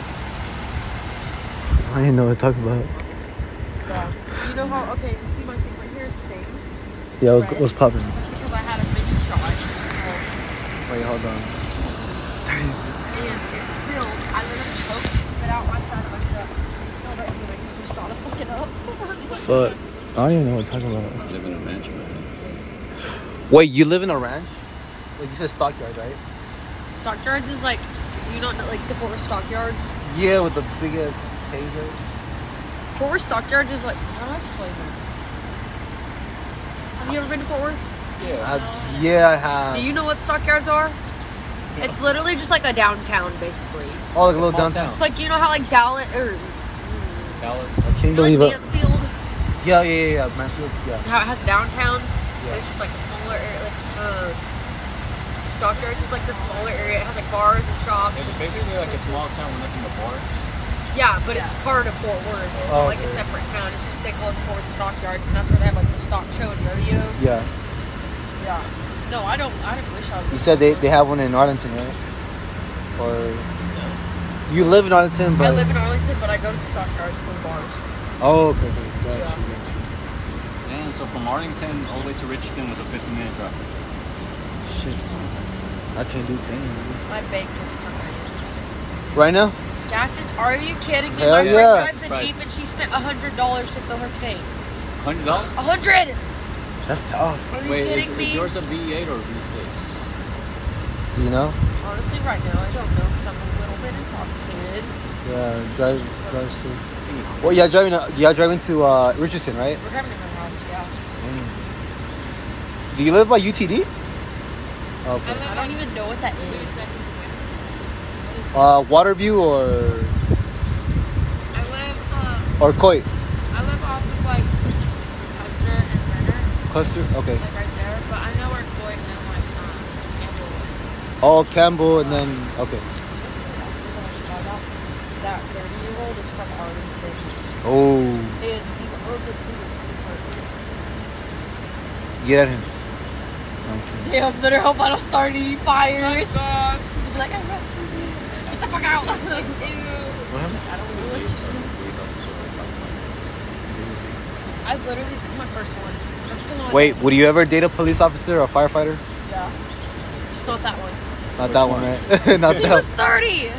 I didn't know what to talk about.
Yeah. You know how? Okay, you see my thing right here is stained
Yeah, what's,
Right.
what's popping?
because I had a big shot.
Wait, hold on.
and it spilled. I literally choked it out one side of my cup. It spilled it, and then I just gotta suck it up.
Fuck.
I don't even know what to talk about.
Living in a mansion. man.
Wait, you live in a ranch? Like you said, stockyard, right?
Stockyards is like, do you not know, like the Forest Stockyards?
Yeah, with the biggest taser.
Forest Stockyards is like, how do I explain this? Have you ever been to Fort Worth?
Uh, yeah, I have.
Do you know what stockyards are? It's literally just like a downtown, basically.
oh, like a little
Small
downtown.
It's like you know how like Dallas or
Dallas.
I can't
you know, like
believe it.
Mansfield,
Yeah, yeah, yeah, yeah. Mansfield. Yeah.
how it has downtown. It's just like a smaller area. Like, uh, stockyards is like the smaller area. It has like bars and shops.
It's basically like a small town with nothing but bars.
Yeah, but it's part of Fort Worth. It's not
Oh,
like a
okay.
separate town. It's just, they call it Fort Worth Stockyards, and that's where they have like the stock show and rodeo.
Yeah.
Yeah. No, I don't. I don't wish I. was-
You said they, they have one in Arlington, right? Or you live in Arlington, but
I live in Arlington, but I go to stockyards for bars.
oh, okay, okay. Gotcha,
Yeah.
Damn, so from Arlington all the way to Richardson was a 50 minute drive.
gotcha. Shit, I can't do things.
My bank is perfect.
Right now?
Gas is, are you kidding me?
Hell
My
yeah.
friend drives a
Right.
Jeep and she spent a hundred dollars to fill her tank.
Hundred dollars?
A hundred!
That's tough.
Are you
Wait, is,
kidding
is
me?
yours a V8 or V6?
You know?
Honestly, right now, I don't know because I'm a little bit intoxicated.
Yeah, drive, drive safe. Well, yeah, driving. Uh, yeah, driving to uh, Richardson, right?
We're driving to her house, yeah.
Do you live by UTD? Okay.
I live
I
like
don't even know what that
two
is.
seconds away.
Uh, Waterview or
I live, um,
or Coit
I live off of like Custer and Turner,
cluster? Okay.
like right there, but I know where Floyd and like um, Campbell was.
Oh, Campbell and then okay.
That 30 year old is from Arlington.
Oh,
And he's over the
get at him. Okay.
Damn, better hope I don't start any fires.
God,
He'd be like, I rescued you. Get the fuck out.
ew.
I don't know what you do. I've literally, this is my first one. I'm still on-
Wait, would you ever date a police officer or a firefighter?
Yeah. Just not that one.
Not that one, right? Not
He
that.
was 30.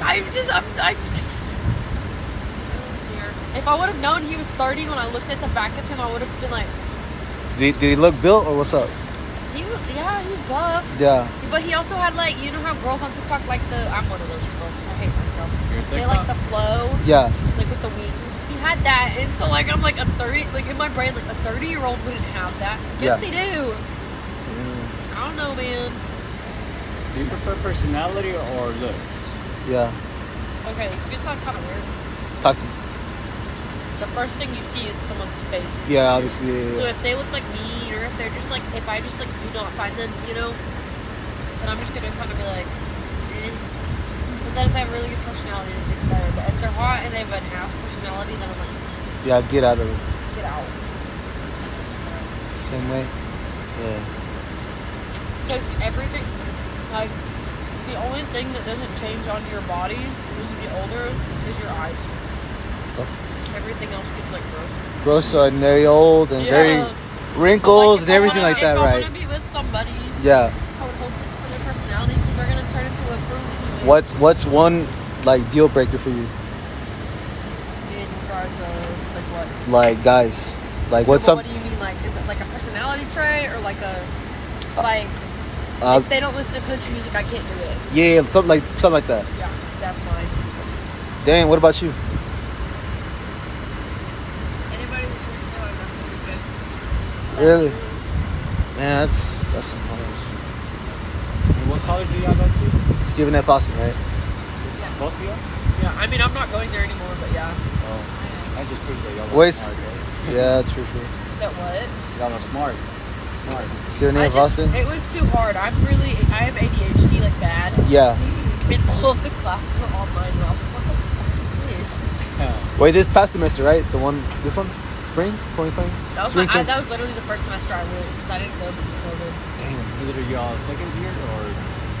I'm just, I'm, I just. If I would have known he was 30 when I looked at the back of him, I would have been like,
Did, did he look built or what's up?
he was, yeah, he was buff.
Yeah.
But he also had like, you know how girls on TikTok like the, I'm one of those people. I hate myself.
Your
They like the flow,
Yeah.
like with the wings. He had that, and so like I'm like a 30, like in my brain, like a 30 year old wouldn't have that.
Yeah.
Yes, they do.
Mm.
I don't know, man.
Do you prefer personality or looks?
Yeah.
Okay, this could sound kind of weird.
Talk to me.
The first thing you see is someone's face.
Yeah, obviously. yeah,
So
yeah.
if they look like me, or if they're just like, if I just like do not find them, you know, then I'm just gonna kind of be like, eh. But then if I have a really good personality, then it's better. But if they're hot and they have an ass personality, then I'm like,
Yeah, get out of it.
get out.
Same way. Yeah.
Because everything, like, the only thing that doesn't change on your body when you get older is your eyes. everything else gets like gross.
Gross and very old and very wrinkles and everything like that,
I
right?
want to be with somebody.
Yeah.
I would hope it's for their personality because they're gonna turn into a groom.
What's what's one like deal breaker for you?
In regards of like what?
Like guys, like what's some
Well, What do you mean? Like, is it like a personality trait or like a like?
uh,
if they don't listen to country music, I can't do it.
yeah, something like something like that.
Yeah, that's mine.
Dang, what about you?
Anybody who thinks they're like, "I'm stupid."
Really? Man, that's that's some hard
And what college do y'all go to?
shit. Stephen F. Austin, right?
Both of y'all?
Yeah, I mean, I'm not going there anymore, but yeah.
That Oh, just proves that y'all are
Where's-
smart, right?
Yeah, true, true.
That what?
Y'all are smart. Smart.
Stephen
I
F.
just,
Austin.
it was too hard. I'm really, I have ADHD like bad.
Yeah.
And all of the classes were online, and I was like, what the fuck is this?
Uh,
Wait, this past semester, right? The one, this one, spring, 2020.
That was,
So
my,
we
I,
can-
that was literally the first semester I went because I didn't go because of COVID.
Is it y'all second year or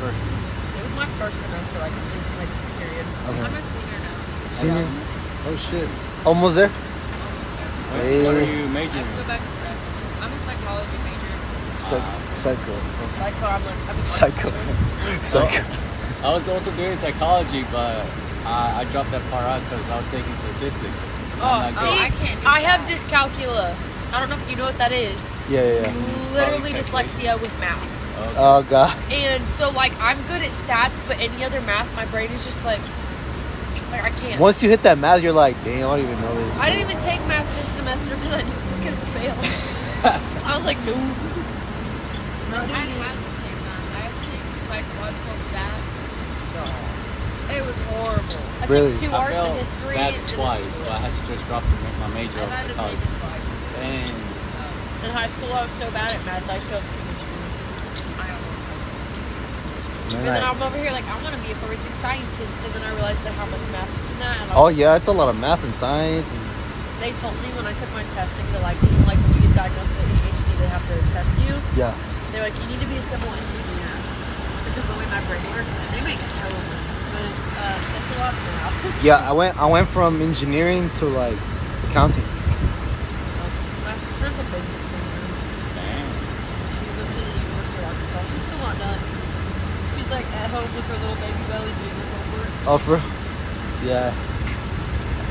first year?
It was my first semester, like, in- like period.
I'm a senior now.
Senior. Oh shit. Almost there.
What, what are
Hey.
you
I
majoring
have to go
in?
back to grad school. I'm a psychology major.
Psych- psycho.
Like, but I'm like, I'm like,
Psycho. Psycho.
I was also doing psychology, but I, I dropped that part out because I was taking statistics.
Oh,
I'm not
see,
Oh,
good.
I can't do
I have
that.
dyscalculia. I don't know if you know what that is.
Yeah, yeah, yeah.
It's literally
Oh, exactly.
dyslexia with math.
Okay.
Oh god.
And so, like, I'm good at stats, but any other math, my brain is just like, like I can't.
Once you hit that math, you're like, damn, I don't even know this.
I didn't even take math this semester because I knew it was gonna fail. I was like, no. Not
I
doing
had to take that. I had to take psychological stats.
it. It was horrible. I
Really?
took two
I
arts
failed
and history.
stats
in-
twice, so I had to just drop the- my major
I've
of
had to take
psychology.
it twice.
Dang.
So,
In high school, I was so bad at math, I failed chemistry.
I almost
And then I'm over here like, I want to be a forensic scientist, and then I realized that how much math is in that. And I
Oh
was-
yeah, it's a lot of math and science. And
They told me when I took my testing that like, you know, like when you get diagnosed with ADHD, they have to test you.
yeah.
They're like, you need to be a civil engineer because the way my brain works, they make hell of it. But uh, that's a lot for now.
Yeah, I went I went from engineering to like accounting.
My sister's a big engineer.
Dang.
She went to the University of Arkansas. She's still not done. She's like at home with her little baby belly doing her homework.
Oh for Yeah.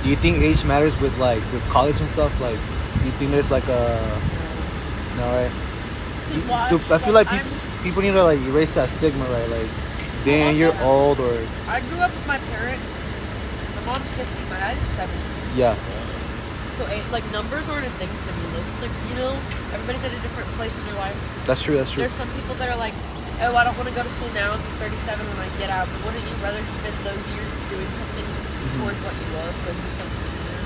Do you think age matters with like with college and stuff? Like do you think there's like a no right?
Just
Do-
watch.
do- I feel like
I'm-
people, people need to like erase that stigma, right? Like,
love
damn, you're
that.
old, or
I grew up with my parents. My mom's 50, my dad's 70.
yeah,
So, eh, like, numbers aren't a thing to me. Like, It's like, you know, everybody's at a different place in their life.
that's true, that's true.
There's some people that are like, oh, I don't want to go to school now. I'm 37 when I get out. But wouldn't you rather spend those years doing something
Mm-hmm.
towards what you love than just like sitting there?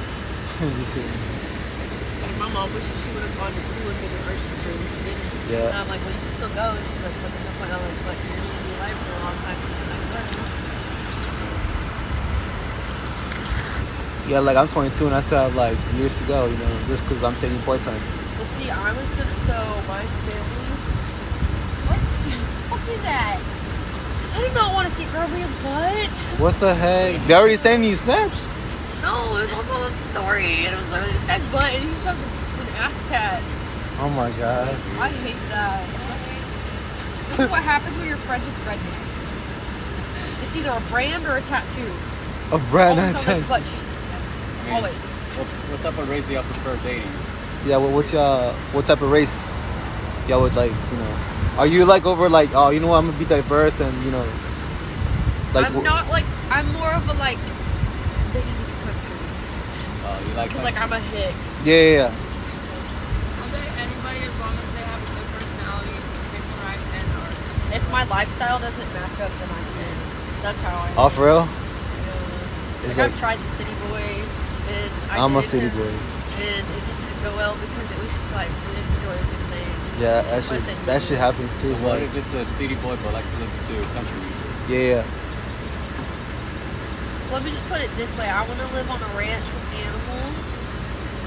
You see?
Like, my mom wishes she would have gone to school and been a nurse teacher, and she didn't.
Yeah.
And I'm like, well, you can still go. And she's like, but there's no point. I'm like, but you're going to be alive for a long time. And I'm like, "Well,
yeah, like I'm 22 and I still have like years to go, you know, just because I'm taking part time.
Well, see, I was gonna. So my family. What the fuck is that? I did not want to see Romeo. What?
What the heck? They already sending you snaps.
No, it was also a story, and it was literally this guy's butt, and he just has an ass tat.
Oh my god.
I hate that. This is what happens when you're friends with rednecks. It's either a brand or a tattoo.
A brand new
Always on the
tank.
butt cheek. Always.
What, what type of race do y'all prefer dating?
Yeah, well, what's y'all? What type of race y'all would like? You know, are you like over like, oh, you know what? I'm gonna be diverse and you know, like,
I'm
wh-
not like. I'm more of a like. They need to be country.
Uh, you like,
Cause like I'm a hick.
yeah, yeah, yeah.
I'll date anybody as long as they have a good personality, people right, and are.
If my lifestyle doesn't match up, then I sin. That's how I.
Oh, for real?
feel.
It's
Like, I've
like-
tried the city boy, and I
I'm a
dated
city
him,
boy.
and it just didn't go well because it was just like we didn't enjoy the same things.
Yeah, that shit,
Listen,
that shit happens too.
what
like-
if it's a city boy but likes to listen to country music?
Yeah, yeah.
Let me just put it this way: I want to live on a ranch with animals,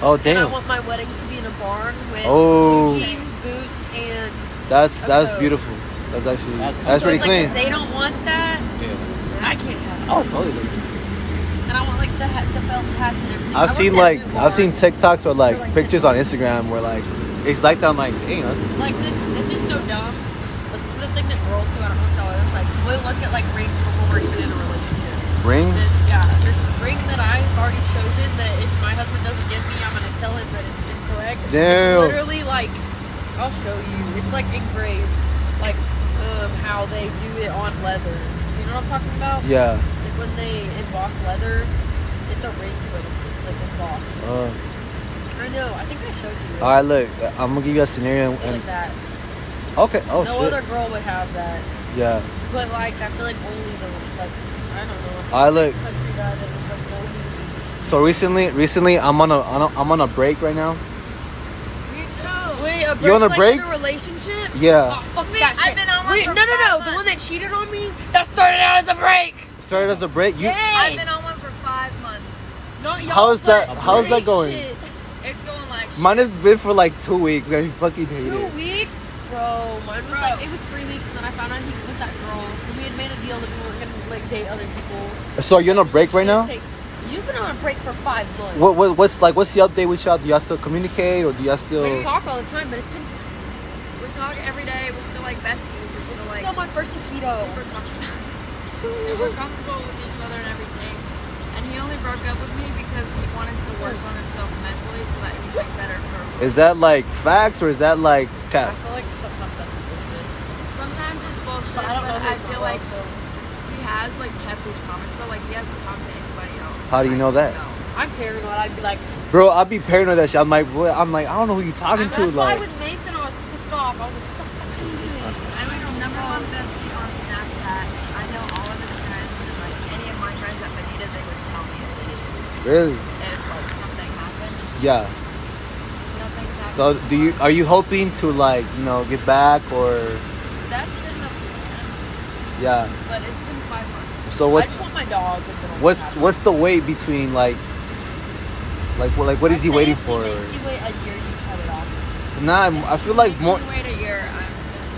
Oh
and I
damn,
want my wedding to be in a barn with
Oh.
jeans, boots, and
that's that's
Okay.
beautiful. That's actually that's,
That's-
so
pretty
it's
clean.
like, If they don't want that,
Yeah.
then I can't have it.
oh, totally.
And I want like the ha- the felt hats and everything. I
I've
want
seen
that
like
new barn.
I've seen TikToks or
Or,
like
like,
pictures on Instagram where like it's like that. I'm like, dang, this is
Like this, this is so dumb. But this is the thing that girls do. I don't know how else. Like we look at like rings before we're even in a relationship.
rings.
This, yeah, this ring that I've already chosen. That if my husband doesn't give me, I'm gonna tell him that it's incorrect.
Damn.
It's literally like I'll show you. It's like engraved, like um how they do it on leather. You know what I'm talking about?
Yeah.
Like when they emboss leather, it's a ring, but it's like embossed.
Uh,
I know. I think I showed you. it.
all right, look, I'm gonna give you a scenario.
Something
And,
like that.
okay. Oh
no
shit.
other girl would have that.
Yeah.
But like, I feel like only the like I don't know.
All right, look.
Country guy that was like no.
So recently, recently, I'm on a on a- I'm on a break right now.
Me too.
Wait, a break,
on a
like,
break?
In a relationship?
Yeah.
Oh, fuck
Man,
that shit.
I've been on one
Wait,
for
no, no,
five
no. The
months.
one that cheated on me? That started out as a break.
Started as a break. You,
yes.
I've been on one for five months.
Not y'all.
How's
but
that- how's that
break
going?
Shit.
It's going like shit.
Mine has been for like two weeks and you fucking hate
Two
it.
weeks, bro. Mine was
Bro.
like it was three weeks, and then I found out he was with that girl. We had made a deal that we weren't gonna like date other people.
So are you on a break right now?
Take- You've been on a break for five months.
What, what what's like? What's the update with y'all? Do y'all still communicate or do y'all
We
still?
talk all the time, but it's been
We talk every day. We're still like besties.
this
We're still
is
like
still my first taquito.
super comfortable. super comfortable with each other and everything. And he only broke up with me because he wanted to work on himself mentally so that he's like better for.
Is that like facts or is that like
I
cap?
feel like sometimes that's bullshit.
Sometimes it's bullshit,
But I don't know.
but
who
I
it's
feel
from,
like
so.
he has like kept his promise though. Like he hasn't talked to anybody else.
How do you
I
know that?
can tell.
I'm paranoid. I'd be like,
Bro, I'd be paranoid that shit. I'm like, what? I'm like, I don't know who you talking
that's
to.
why
Like,
with Mason I was pissed off. I was like, what the fuck are you doing?
I'm like number one bestie on Snapchat. I know all of his friends and like any of my friends at Bonita, they would tell me if, they-
really?
if like something happened.
Yeah.
Nothing's happened.
So, do you are you hoping to like you know get back or
That's been the plan,
yeah?
but it's been five months.
So
I
what's
just want my dog. But they don't
what's
have
what's the wait between like like what like what
it.
is he
I'd say
waiting
if
for?
thinks he wait a year, you cut it off.
Nah, I'm- I feel like
If
more.
you wait a year, I'm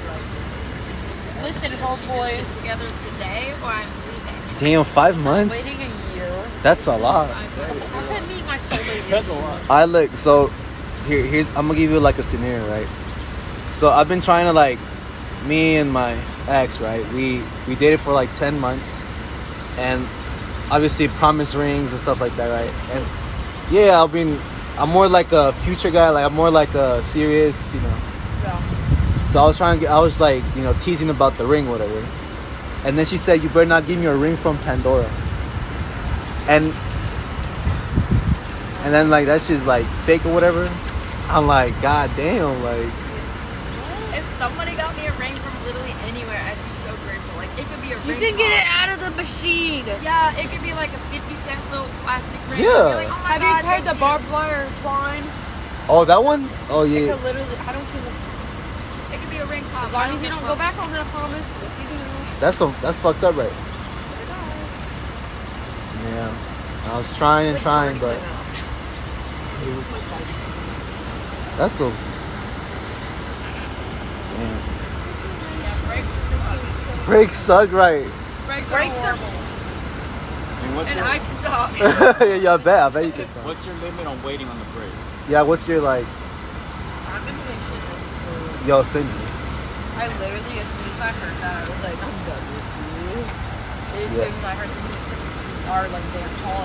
gonna be like this.
Listen,
Either
homeboy.
get shit together today, or I'm leaving.
Damn, five months.
Waiting a year.
That's a lot.
I'm
I could meet my soulmate.
That's a lot.
I look so here here's I'm gonna give you like a scenario, right? So I've been trying to like me and my ex, right? We we dated for like ten months and obviously promise rings and stuff like that, right? And yeah, I've been I'm more like a future guy, like I'm more like a serious, you know.
Yeah.
So I was trying to get, I was like, you know, teasing about the ring, whatever. And then she said, you better not give me a ring from Pandora. And and then like that shit's like fake or whatever. I'm like, god damn, like
If somebody got me a ring from literally anywhere, I'd be so grateful. Like it could be a
You
ring.
can get it
from-
out of the machine.
Yeah, it could be like a 50 cent little plastic ring.
Yeah.
You're like, oh my
Have
God,
you heard
thank
the barbed wire twine?
oh that one? Oh
It
yeah.
could literally. I don't give a
It could be a ring pop.
As long as you don't go back on that promise, but if you do,
That's a, that's fucked up, right?
put it on.
Yeah. I was trying and
It's
trying, but
like already clean up. It's my slice.
that's so Damn.
Yeah, breaks,
Breaks suck right.
breaks,
Breaks
breaks
are-
are horrible.
And what's
And
your,
I can talk.
yeah, I bet, I bet you could tell.
what's your limit on waiting on the break?
Yeah, what's your like
I'm gonna make shit up.
yo send
I literally, as soon as I heard that, I was like, I'm done with you. As
Yeah.
soon as I heard that you are like damn tall,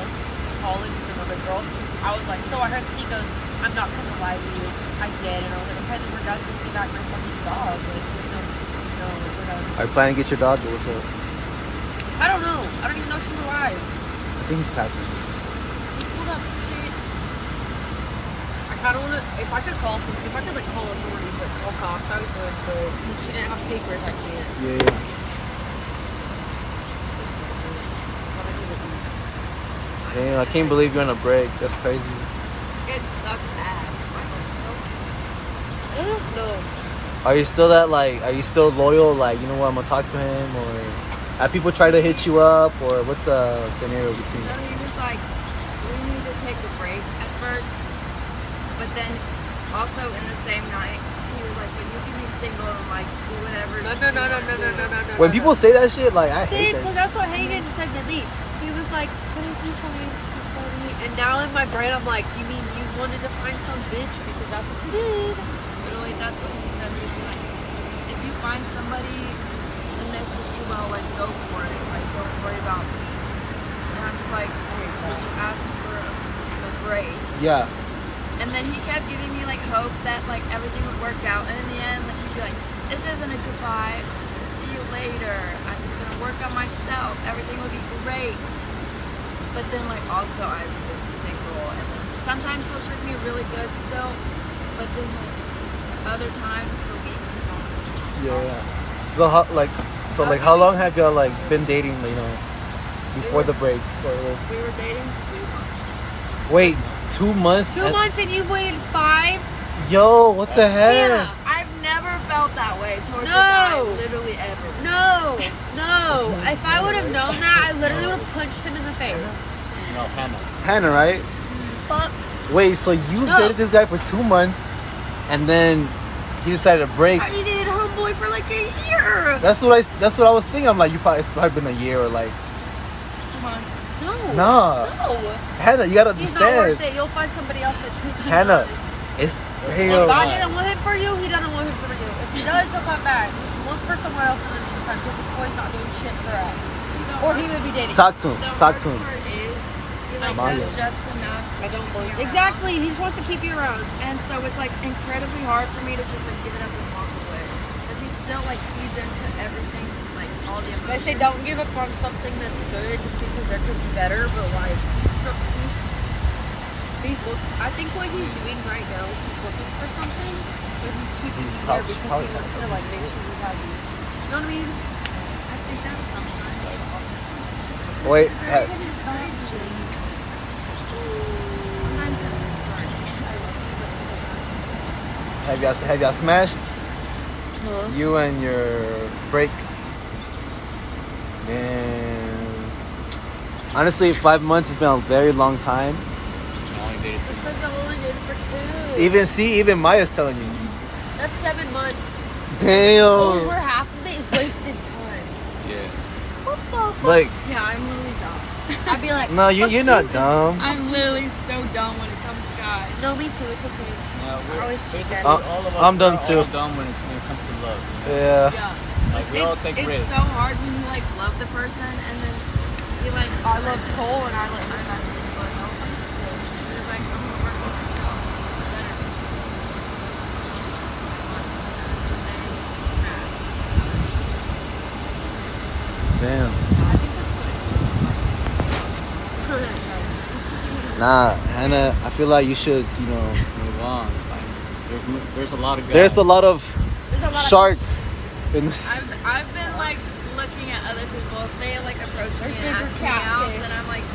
calling with another girl, I was like, so I heard he goes, I'm not gonna lie to you, I did, and I was like, I'm probably forgot to give me back my fucking dog. Like, no, no, we're done.
Are you planning to get your dog or what's up?
I don't know. I don't even know if she's alive.
I think he's packing.
Hold up, shit. I kind of want to, if I could call some, if I could like call authorities, like call cops, I would, but since she didn't have papers, I can't.
Yeah, yeah. Damn, I can't believe you're on a break. That's crazy.
It sucks ass. Like, it's still
No.
Are you still that like? Are you still loyal? Like, you know what? I'm gonna talk to him, or have people try to hit you up, or what's the scenario between?
So he was like, we need to take a break at first. But then also in the same night, he was like, but you can be single and like do whatever.
No,
you
no, no, no,
wanna
no, no,
do."
no, no, no.
When people say that shit, like I
See,
hate
because
that.
that's what Hayden said to me. He he was like, please you for me, it's not for me. And now in my brain, I'm like, you mean you wanted to find some bitch because that's what you did?
Literally, that's what he said. He'd be like, if you find somebody in there for you, well, like, go for it. Like, don't worry about me. And I'm just like, okay, well, you asked for a break.
Yeah.
And then he kept giving me, like, hope that, like, everything would work out. And in the end, like, he'd be like, this isn't a goodbye. It's just a see you later. I'm just going to work on myself. Everything will be great. But then, like, also, I've been single. And then sometimes he'll treat me really good still. But then, like, other times for weeks and months.
Yeah. yeah. So how like so like how long have y'all like been dating, you know, before the break? Or-
We were dating for two months.
Wait, two months?
Two
And-
months and you've waited five?
Yo, what the heck?
Hannah,
I've never felt that way towards
No.
a guy, literally ever.
no, no. If I would have known that, I literally would have punched him in the face.
No, Hannah.
Hannah, right?
Fuck.
Wait, so you
No.
dated this guy for two months, and then he decided to break.
I dated homeboy for like a year.
That's what I. s- That's what I was thinking. I'm like, you probably it's probably been a year or like.
Two months.
No.
Nah,
No.
Hannah, you gotta
He's not worth
understand.
it. You'll find somebody else that treats you
Hannah,
nice.
It's
If
hell.
God didn't want him for you, he doesn't want him for you. If he does, he'll come back. Look for someone else in the meantime because this boy's not doing shit for us.
See, the
Or
hard-
he would be dating.
Talk to him.
the
Talk
hard
to him.
part is he like
Mario.
does just enough. To I don't believe
Exactly. He just wants to keep you around.
And so it's like incredibly hard for me to just like give it up and walk away because he's still like feeds into everything, like all the.
They say
emotions.
don't give up on something that's good just because there could be better, but like, no, he's, he's look, I think what he's doing right now is he's looking for something, but he's keeping
He's
you there
probably-
because
probably
he wants to like make sure you have you. You know what I mean?
I think that's sometimes like also sometimes
Wait, Ha-
it's hard. Sometimes it's just hard.
have y'all have y'all smashed? You and your break. Man, honestly, five months has been a very long time.
I only dated two.
Because I only did it for two.
Even see, even Maya's telling you.
That's seven months. Over
Damn.
half of it is wasted time.
Yeah.
What the fuck?
Like,
Yeah, I'm literally dumb.
I'd be like,
no, you
fuck
you're not dumb.
I'm literally so dumb when it comes to guys.
No, me too. It's okay.
Uh,
I always cheat
basically
that.
Uh,
all of us
I'm dumb
are
too.
All dumb when it, when it comes to love. you know?
Yeah.
Yeah.
Like we
it's,
all take
it's
risks.
so hard when you like love the person and then you like
I love Cole and I like.
I'm not doing it, but I'll just do it. You're like I'm gonna work on myself better.
Damn. Nah, Hannah, I feel like you should, you know.
Move on. Like, there's m- there's a lot of guys.
There's a lot of
There's a lot
shark in this.
I've I've been like looking at other people. If they like approach me
There's
and
bigger
ask me
cat
out,
fish.
then I'm like,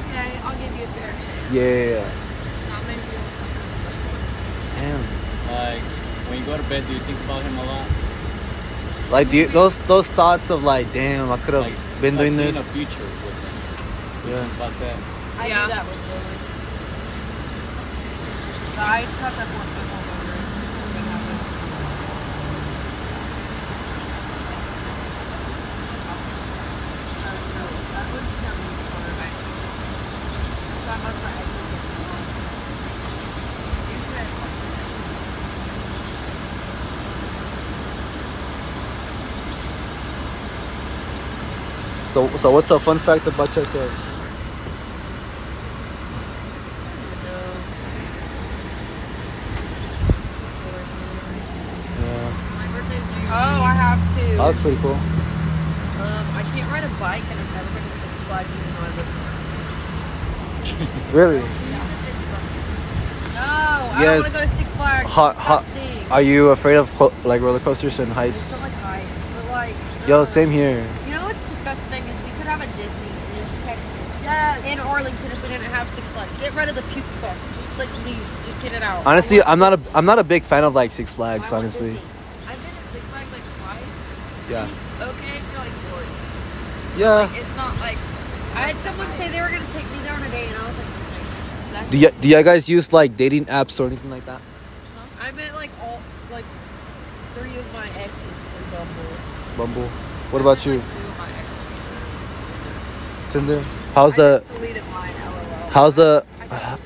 okay, I'll give you a fair chance.
Yeah, yeah, yeah.
Not many people.
Damn.
Like when you go to bed, do you think about him a lot?
Like do you, those those thoughts of like, damn, I could have
Like
been
like
doing
seeing
this.
a future with him.
Yeah.
Think About that.
of. I
Yeah.
do that with Lily. But I just have to have more people over. They have it. Uh, no, I wouldn't tell you before I- That was my exit. Usually I fuck with them.
So so what's a fun fact about yourselves? Yeah,
My birthday's New Year's.
Oh, I have to.
that was pretty cool.
Um, I can't ride a bike and I've never been to Six Flags even though I live in
Really?
No, I don't want
Yes.
to go to Six Flags.
Hot-
Hot,
hot- Are you afraid of co- like roller coasters and
I
heights?
just don't like heights, but like.
Yo,
uh,
same here.
You know what's disgusting is we could have a Disney in Texas,
Yes.
in Arlington, if we didn't have Six Flags. Get rid of the puke fest. Just like leave. Just get it out.
Honestly,
I
I'm not a I'm not a big fan of like Six
want-
Flags.
I want
Honestly,
Disney.
I've been to Six Flags like twice.
yeah,
Okay, for like Georgia.
yeah.
It's not like
I had someone say they were gonna take me there on a date, and I was like, "Nice."
Do
exactly.
y- do you guys use like dating apps or anything like that?
I met like all like three of my exes through Bumble.
Bumble. What about you?
Like, two of my exes.
Tinder? How's the
I just deleted mine, LOL.
how's the
I just-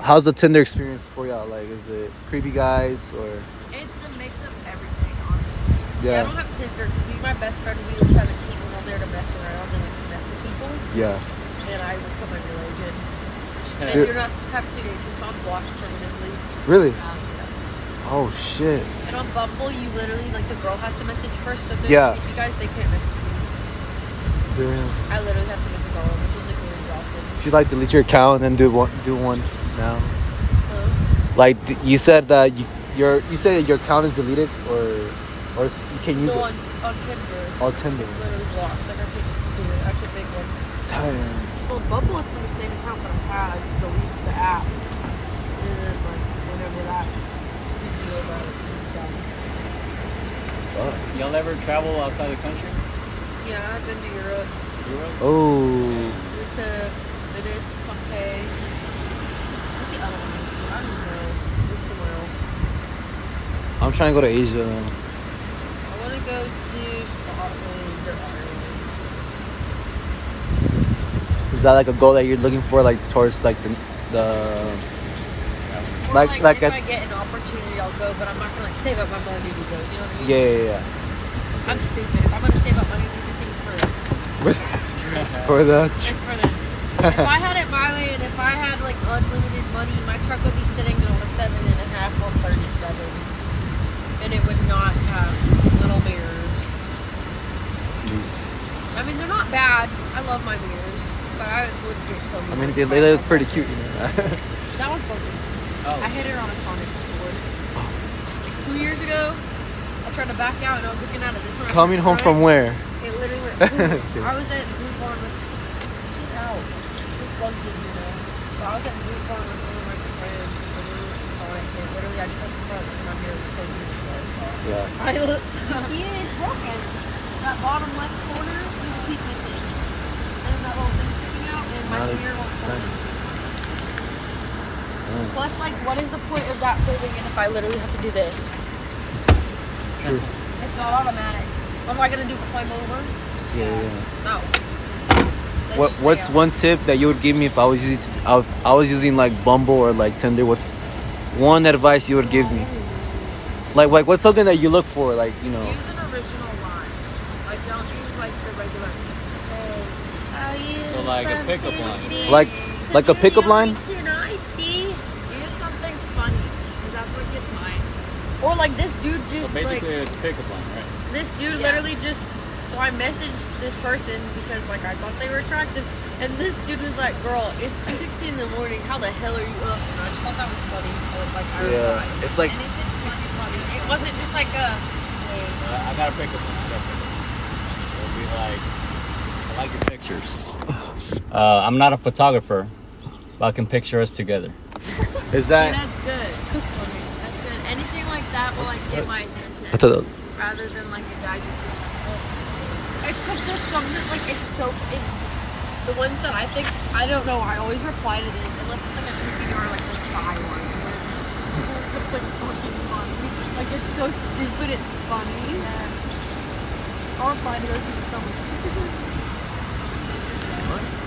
how's the Tinder experience for y'all? Like, is it creepy guys or
It's a mix of everything, honestly.
See, I don't have Tinder because me and my best friend, we were 17 and all there to mess around and like, mess with people.
yeah?
And I would put my religion. And
Dude.
you're not supposed to have two dates, so I'm blocked permanently.
Really?
Um,
Oh shit!
and on Bumble, you literally, like, the girl has to message first. So if there's
Yeah.
creepy guys, they can't message me.
Damn.
I literally have to message all of them, which is, like, really exhausting.
Should like delete your account and do one do one now.
Huh?
Like d- you said that you your you said that your account is deleted or or s- you can't use Oh.
No, on,
it.
on Tinder.
All Tinder.
It's literally blocked. Like, I can't do it. I can't make one.
Damn.
Well, Bumble, it's been the same account that I had. I just deleted the app. And then, like, whenever that video about it, it's done.
Y'all ever travel outside the country?
Yeah, I've been to Europe.
Europe?
Oh.
Went to Venice, Pompeii. What's the other one? I don't know. It was somewhere else.
I'm trying to go to Asia. man.
I want to go to Scotland or Ireland.
Is that like a goal that you're looking for, like towards like the, the
It's more
Like- like
like, if
a-
I get an opportunity, I'll go, but I'm not going to, like, save up my money to go. You know what I mean?
yeah yeah
I'm stupid. If I'm going to save up money to do things for this.
yeah for the
It's for this. if I had it my way and if I had like unlimited money, my truck would be sitting on a seven and a half on thirty sevens. And it would not have little mirrors. I mean they're not bad. I love my mirrors. But I would get told.
I mean they, they look pretty cute. You know?
That was broken. I
Oh,
hit her on a Sonic board.
Oh.
Like two years ago, I tried to back out and I was looking at it. This one I
Coming
tried to
home
climb.
from where?
It literally went. boom. I was at Blue Barn with. Get out. It bugs in you know. But I was at Blue Barn with one of my friends, and we went to Sonic, and literally I tried to clutch and my hair was crazy in his leg.
Yeah.
I look. You see it? It's broken. That bottom left corner, you keep missing. And that little thing sticking out, and my
Now they-
ear won't fold.
Mm.
Plus, like, what is the point of that folding in if I literally have to do this?
True.
It's not automatic. What am I gonna do? Climb over?
Yeah. yeah.
No. They
What
just
What's
stay out.
one tip that you would give me if I was using to, I was, I was using like Bumble or like Tinder? What's one advice you would give me? Like like what's something that you look for? Like you know.
Use an original line. Like, don't use like the regular. Hey, how you
So, like, a
from
pickup line.
TC?
Like- like a
You're the
pickup
only
line?
two and I see. Use something funny, because that's what gets mine.
Or like this dude
So
just like
basically, it's pickup line, right?
this dude
Yeah.
literally just. So I messaged this person because like I thought they were attractive, and this dude was like, "Girl, it's 2:16 in the morning. How the hell are you up?" And I just thought that was funny. So like I
Yeah.
replied.
It's like
Anything funny, funny.
It wasn't just like a. Hey,
Uh, I got a pickup line. I got a pickup line. It'll be like, I like your pictures. Uh, I'm not a photographer, but I can picture us together.
is
See,
that?
that's good. That's funny. That's good. Anything like that will like get my attention,
I thought
rather than like a guy just being like, oh.
Except there's some that like it's so it, the ones that I think I don't know. I always reply to these unless it's like a creepy or like a spy one. It's like fucking funny. Like it's so stupid. It's funny. I'll reply to those just so much.